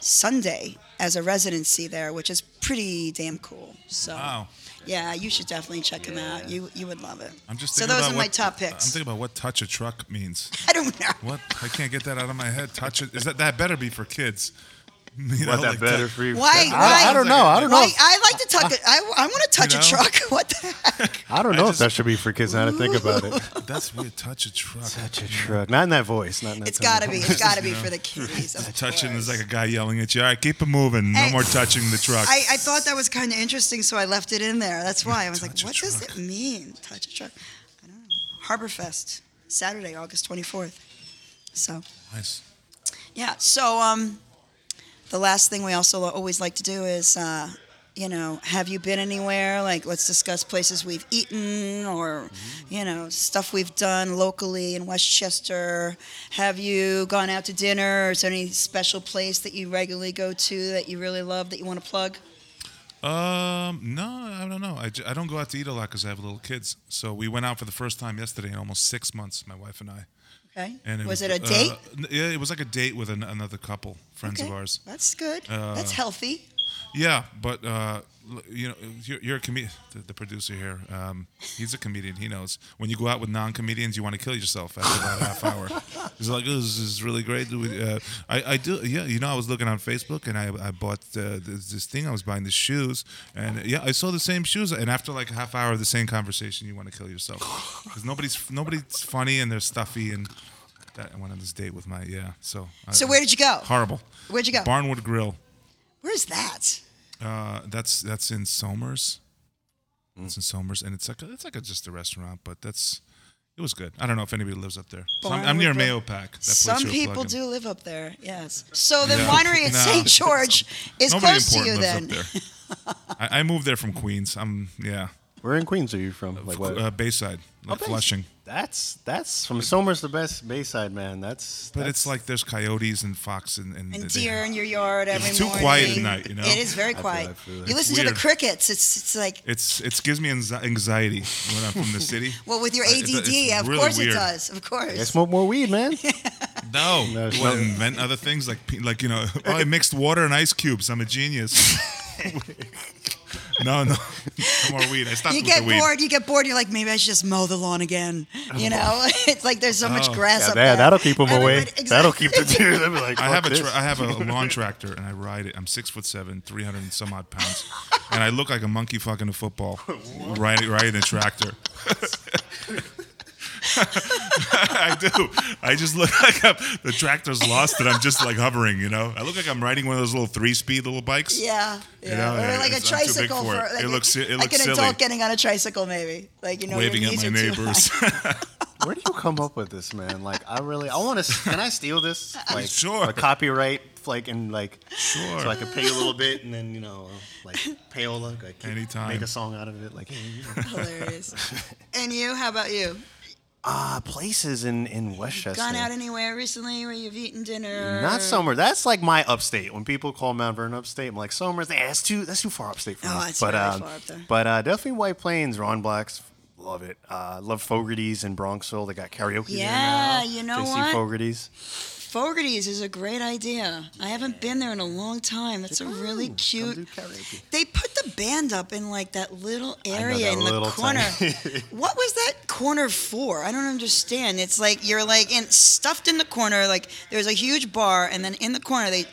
Sunday as a residency there, which is pretty damn cool. So,
Wow.
yeah, you should definitely check him out. You you would love it.
I'm just
so
thinking
those
about
are
what,
my top
I'm
picks.
thinking about what touch a truck means.
I don't know.
What I can't get that out of my head. Touch it. Is that that better be for kids? You know,
What that
like
better for you?
Why?
I, I
why?
don't know. I don't know.
Why,
if-
I like to touch it. I, I want to touch
know?
a truck. What the heck?
I don't know if
just-
that should be for kids. Now to think about it.
That's weird. Touch a truck.
Such a truck. Not in that voice. Not in that
It's
tone.
got to be. It's got to be for the kiddies. of
Touching is
course.
like a guy yelling at you. All right, keep it moving. No
Hey.
more touching the truck.
I, I thought that was kind of interesting, so I left it in there. That's why I was like,
Touch a
what does
truck.
it mean? Touch a truck. I don't know. Harborfest, Saturday, August 24th. So,
nice.
yeah. So, um, the last thing we also always like to do is, uh, you know, have you been anywhere? Like, let's discuss places we've eaten or,
Mm-hmm.
you know, stuff we've done locally in Westchester. Have you gone out to dinner? Is there any special place that you regularly go to that you really love that you want to plug?
Um, no, I don't know. I, j- I don't go out to eat a lot because I have little kids. So we went out for the first time yesterday in almost six months, my wife and I.
Okay.
And
was, it a date?
Uh, n- yeah, it was like a date with an, another couple, friends
Okay.
of ours. Uh,
That's good. That's healthy.
Yeah, but uh, l- you know, you're, you're a comedian. The, the producer here, um, he's a comedian. He knows when you go out with non-comedians, you want to kill yourself after about a half hour. It's like, oh, this is really great. Do we- Uh, I, I do. Yeah, you know, I was looking on Facebook and I, I bought uh, this, this thing. I was buying the shoes, and uh, yeah, I saw the same shoes. And after like a half hour of the same conversation, you want to kill yourself because nobody's nobody's funny and they're stuffy and. That, I went on this date with my yeah. So uh,
So where did you go?
Horrible.
Where'd you go?
Barnwood Grill.
Where's that?
Uh, that's that's in Somers.
Hmm.
It's in Somers, and it's like a, it's like a, just a restaurant, but that's it was good. I don't know if anybody lives up there. So I'm, I'm near Mayo Pack. That place
Some
you're
people
plugging.
do live up there. Yes. So the
Yeah.
winery at
No.
St. George is
Nobody
close to you
important
then.
lives up there. I, I moved there from Queens. I'm yeah,
Where in Queens are you from? Like what?
uh, Bayside,
Oh,
like
Bay-
Flushing.
That's that's from Somers the best Bayside man. That's
But
that's-
it's like there's coyotes and fox and and,
And
they-
deer in your yard every
too
morning.
quiet at night, you know?
It is very quiet.
it, I feel it.
You
It's
listen to
weird.
the crickets. It's it's like
It's it gives me anxi- anxiety when I'm from the city.
well with your
I- it's-
ADD,
it's
of
really
course it
weird.
does. Of
I
course.
smoke more weed, man.
No,
No, it's
What,
not-
invent other things like pe- like you know. Oh, I mixed water and ice cubes. I'm a genius. no, no, no more weed. I stopped
You
with
get
the weed.
bored. You get bored. You're like, maybe I should just mow the lawn again. You know, it's like there's so much
Oh.
grass up
Yeah,
there.
that'll keep them away.
Everybody-
That'll
exactly.
keep the deer. They'll be like,
I have a
"Fuck
tra-
this."
I have a lawn tractor and I ride it. I'm six foot seven, three hundred and some odd pounds, and I look like a monkey fucking a football, riding riding a tractor. I do. I just look like I'm, the tractor's lost and I'm just like hovering. You know, I look like I'm riding one of those little three speed little bikes.
Yeah, yeah.
know,
or
yeah,
like a
it's- I'm too big
tricycle
for it.
like,
It looks si- it
like
looks
an
silly.
adult getting on a tricycle, maybe. Like you know,
Waving
your
at
knees
my
are too
neighbors.
high.
Where do you come up with this, man? Like, I really, I want to. Can I steal this? Like,
Sure.
A copyright, like, and like,
Sure.
so I could pay you a little bit, and then you know, like, payola, like,
Anytime.
make a song out of it, like, hey, you know.
Hilarious. and you? How about you?
ah, places in in Westchester.
Gone out anywhere recently where you've eaten dinner?
Not Somer. That's like my upstate. When people call Mount Vernon upstate, I'm like Somer's. eh, That's too. That's too far upstate for
Oh,
me.
it's
but
really
um,
far up there.
but uh, definitely White Plains, Ron Blacks, love it. Uh, love Fogarty's in Bronxville. They got karaoke. there
Yeah,
now.
you know
JC
what?
Fogarty's.
Fogarty's is a great idea. I haven't been there in a long time. It's a
Oh,
really
Come do
cute.
karaoke.
They put the band up in like that little area
that
in the
little
corner.
tiny-
what was that corner for? I don't understand. It's like you're like in, stuffed in the corner. Like there's a huge bar, and then in the corner they,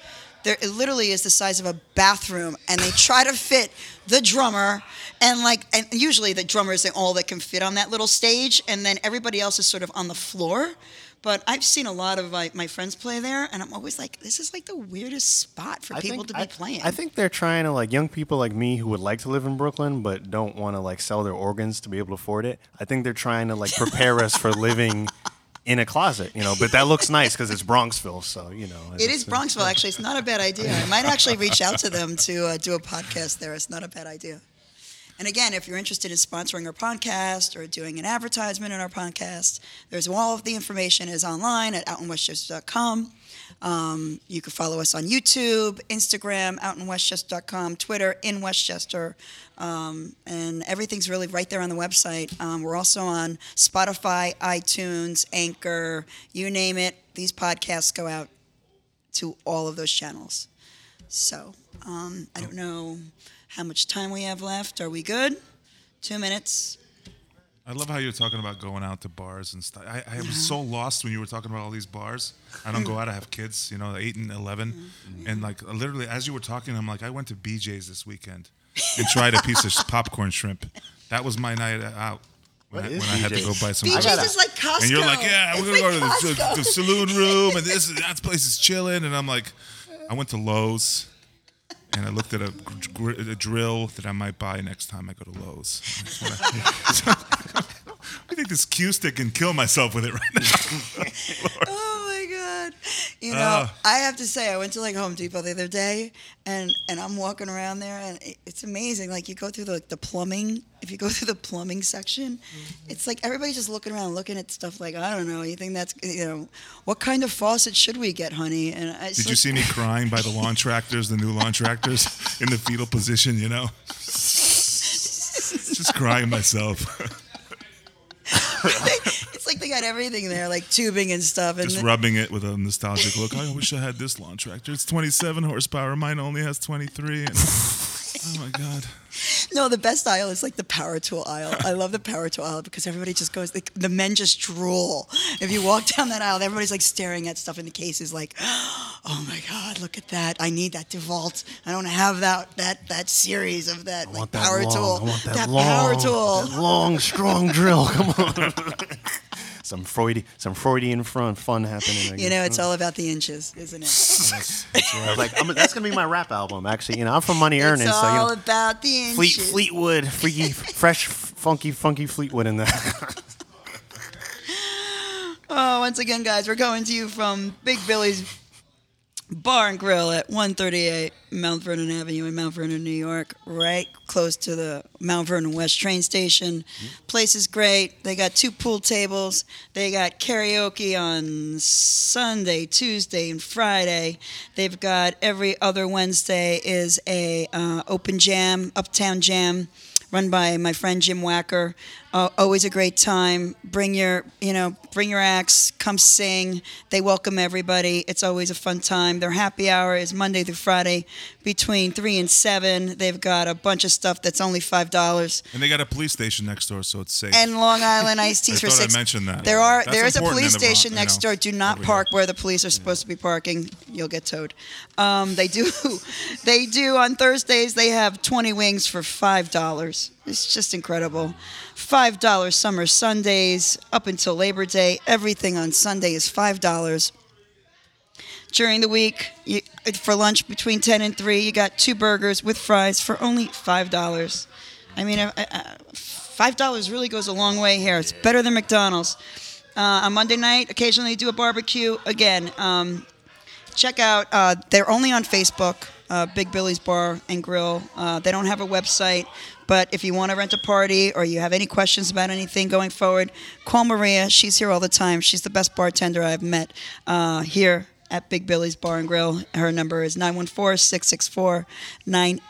there it literally is the size of a bathroom, and they try to fit the drummer, and like and usually the drummer is the- all that can fit on that little stage, and then everybody else is sort of on the floor. But I've seen a lot of my, my friends play there, and I'm always like, this is like the weirdest spot for people to be
I,
playing.
I think they're trying to like young people like me who would like to live in Brooklyn but don't want to like sell their organs to be able to afford it. I think they're trying to like prepare us for living in a closet, you know. But that looks nice because it's Bronxville, so you know.
It is Bronxville, actually. It's not a bad idea. I might actually reach out to them to uh, do a podcast there. It's not a bad idea. And again, if you're interested in sponsoring our podcast or doing an advertisement in our podcast, there's all of the information is online at outinwestchester.com. Um, you can follow us on YouTube, Instagram, outinwestchester.com, Twitter, in Westchester. Um, and everything's really right there on the website. Um, we're also on Spotify, iTunes, Anchor, you name it. These podcasts go out to all of those channels. So um, I don't know how much time we have left. Are we good? Two minutes.
I love how you're talking about going out to bars and stuff. I, I was so lost when you were talking about all these bars. I don't go out. I have kids, you know, eight and 11 and like literally as you were talking, I'm like, I went to BJ's this weekend and tried a piece of popcorn shrimp. That was my night out when,
What
I,
is
when I had to go
BJ's?
buy some.
BJ's
gotta-
is like Costco.
and you're like, yeah,
It's
we're gonna
like
go to the,
Costco.
the saloon room, and this that place is chilling. And I'm like, I went to Lowe's, and I looked at a, gr- a drill that I might buy next time I go to Lowe's. I just wanna- I think this Q stick can kill myself with it right now.
Oh my god! You know,
Ah.
I have to say, I went to like Home Depot the other day, and and I'm walking around there, and it, it's amazing. Like you go through the like, the plumbing. If you go through the plumbing section, it's like everybody's just looking around, looking at stuff. Like I don't know. You think that's you know, what kind of faucet should we get, honey? And I
Did you see me crying by the lawn tractors, the new lawn tractors, in the fetal position? You know, just crying myself.
it's like They got everything there, like tubing and stuff. And
Just rubbing it with a nostalgic look. I wish I had this lawn tractor. It's 27 horsepower. Mine only has 23. And, oh my god.
No, the best aisle is like the power tool aisle. I love the power tool aisle because everybody just goes, like, the men just drool. If you walk down that aisle, everybody's like staring at stuff in the cases, like, oh my God, look at that. I need that DeVault. I don't have that that that series of that, like, power
long,
tool.
I want that, long,
power tool.
that long, strong drill. Come on. some Freudian, some Freudian fun, fun happening.
You know, it's all about the inches, isn't it?
like I'm, that's gonna be my rap album. Actually, you know, I'm from Money
it's
Earnest, so uh, you
all
know,
about the inches.
Fleet, Fleetwood, freaky, fresh, funky, funky Fleetwood in there.
Oh, once again, guys, we're coming to you from Big Billy's Bar and Grill at 138 Mount Vernon Avenue in Mount Vernon, New York, right close to the Mount Vernon West train station. Place is great. They got two pool tables. They got karaoke on Sunday, Tuesday, and Friday. They've got every other Wednesday is a uh, open jam, uptown jam run by my friend Jim Wacker. Uh, always a great time. Bring your, you know, bring your acts. Come sing. They welcome everybody. It's always a fun time. Their happy hour is Monday through Friday, between three and seven. They've got a bunch of stuff that's only five dollars.
And they got a police station next door, so it's safe.
And Long Island iced
I
teas for
thought I
six.
mentioned that.
There are
That's
there is a
important in
police
the Bronx,
station
you
next
know,
door. Do not
over here.
park where the police are supposed to be parking. You'll get towed. Um, they do they do on Thursdays. They have twenty wings for five dollars. It's just incredible. Five dollars summer Sundays up until Labor Day. Everything on Sunday is five dollars during the week you, for lunch between 10 and 3 you got two burgers with fries for only $5 i mean I, I- I- $5 really goes a long way here it's better than mcdonald's uh, on monday night occasionally they do a barbecue again um, check out uh, they're only on facebook uh, big billy's bar and grill uh, they don't have a website but if you want to rent a party or you have any questions about anything going forward call maria she's here all the time she's the best bartender i've met uh, here at Big Billy's Bar and Grill. Her number is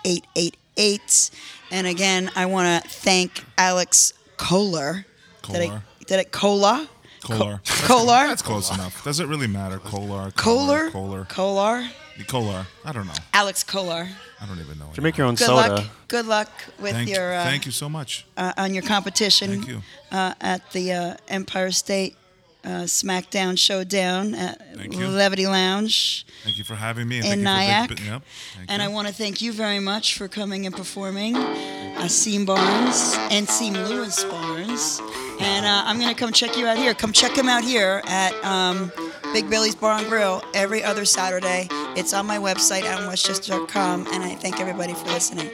914-664-9888. And again, I want to thank Alex Kohler. Did I,
Kohler.
did it Kola?
Kolar.
Kolar?
That's close enough. Does it really matter? Kolar.
Kohler?
Kolar.
Kohler?
Kolar. I don't know.
Alex Kohler.
I don't even know.
you make your own
Good
soda.
luck. Good luck with
Thank,
your uh,
thank you so much.
Uh, on your competition
Thank you.
Uh, at the uh, Empire State uh, SmackDown Showdown at
Thank you.
Levity Lounge.
Thank you for having me. And
in
thank
Nyack.
you for big- yep. Thank
and
you.
I want to thank you very much for coming and performing. Asim Barnes and Seam Lewis Barnes. And uh, I'm going to come check you out here. Come check him out here at um, Big Billy's Bar and Grill every other Saturday. It's on my website, outwestchester.com. And I thank everybody for listening.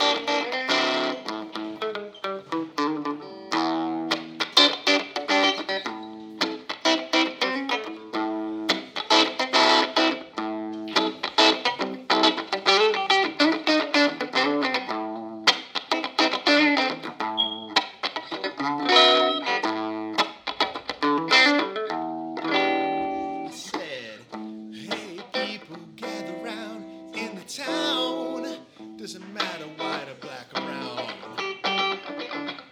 said, Hey, people, gather round in the town. Doesn't matter white or black around.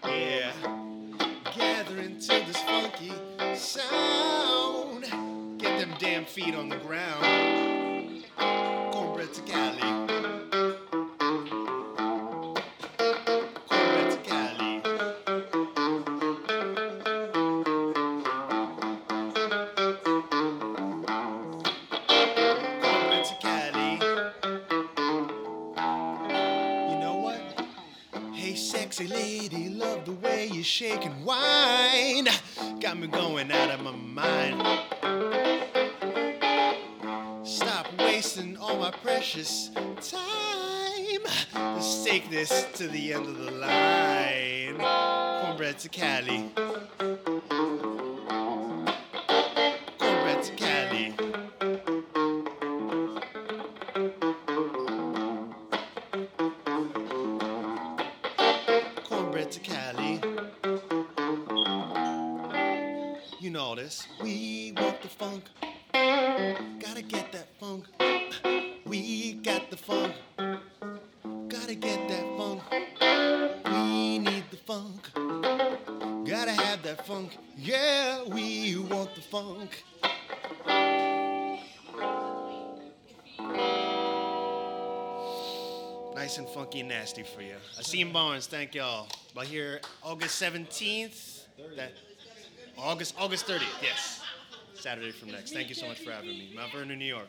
Yeah, gathering to this funky sound. Get them damn feet on the ground. Cornbread to Cali. Cornbread to Cali. Cornbread to Cali. You know what? Hey, sexy lady, love the way you shake and whine. Got me going out of my mind. Stop wasting all my precious time. Let's take this to the end of the line. Cornbread to Cali. Cornbread to Cali. cornbread to Cali. You know this. We want the funk. Gotta get that funk. We got the funk. Gotta get that funk. We need the funk. Gotta have that funk. Yeah, we Nice and funky and nasty for you. Asim Barnes, thank y'all. By here, August 17th. That, August August 30th, yes. Saturday from next. Thank you so much for having me. Mount Vernon, New York.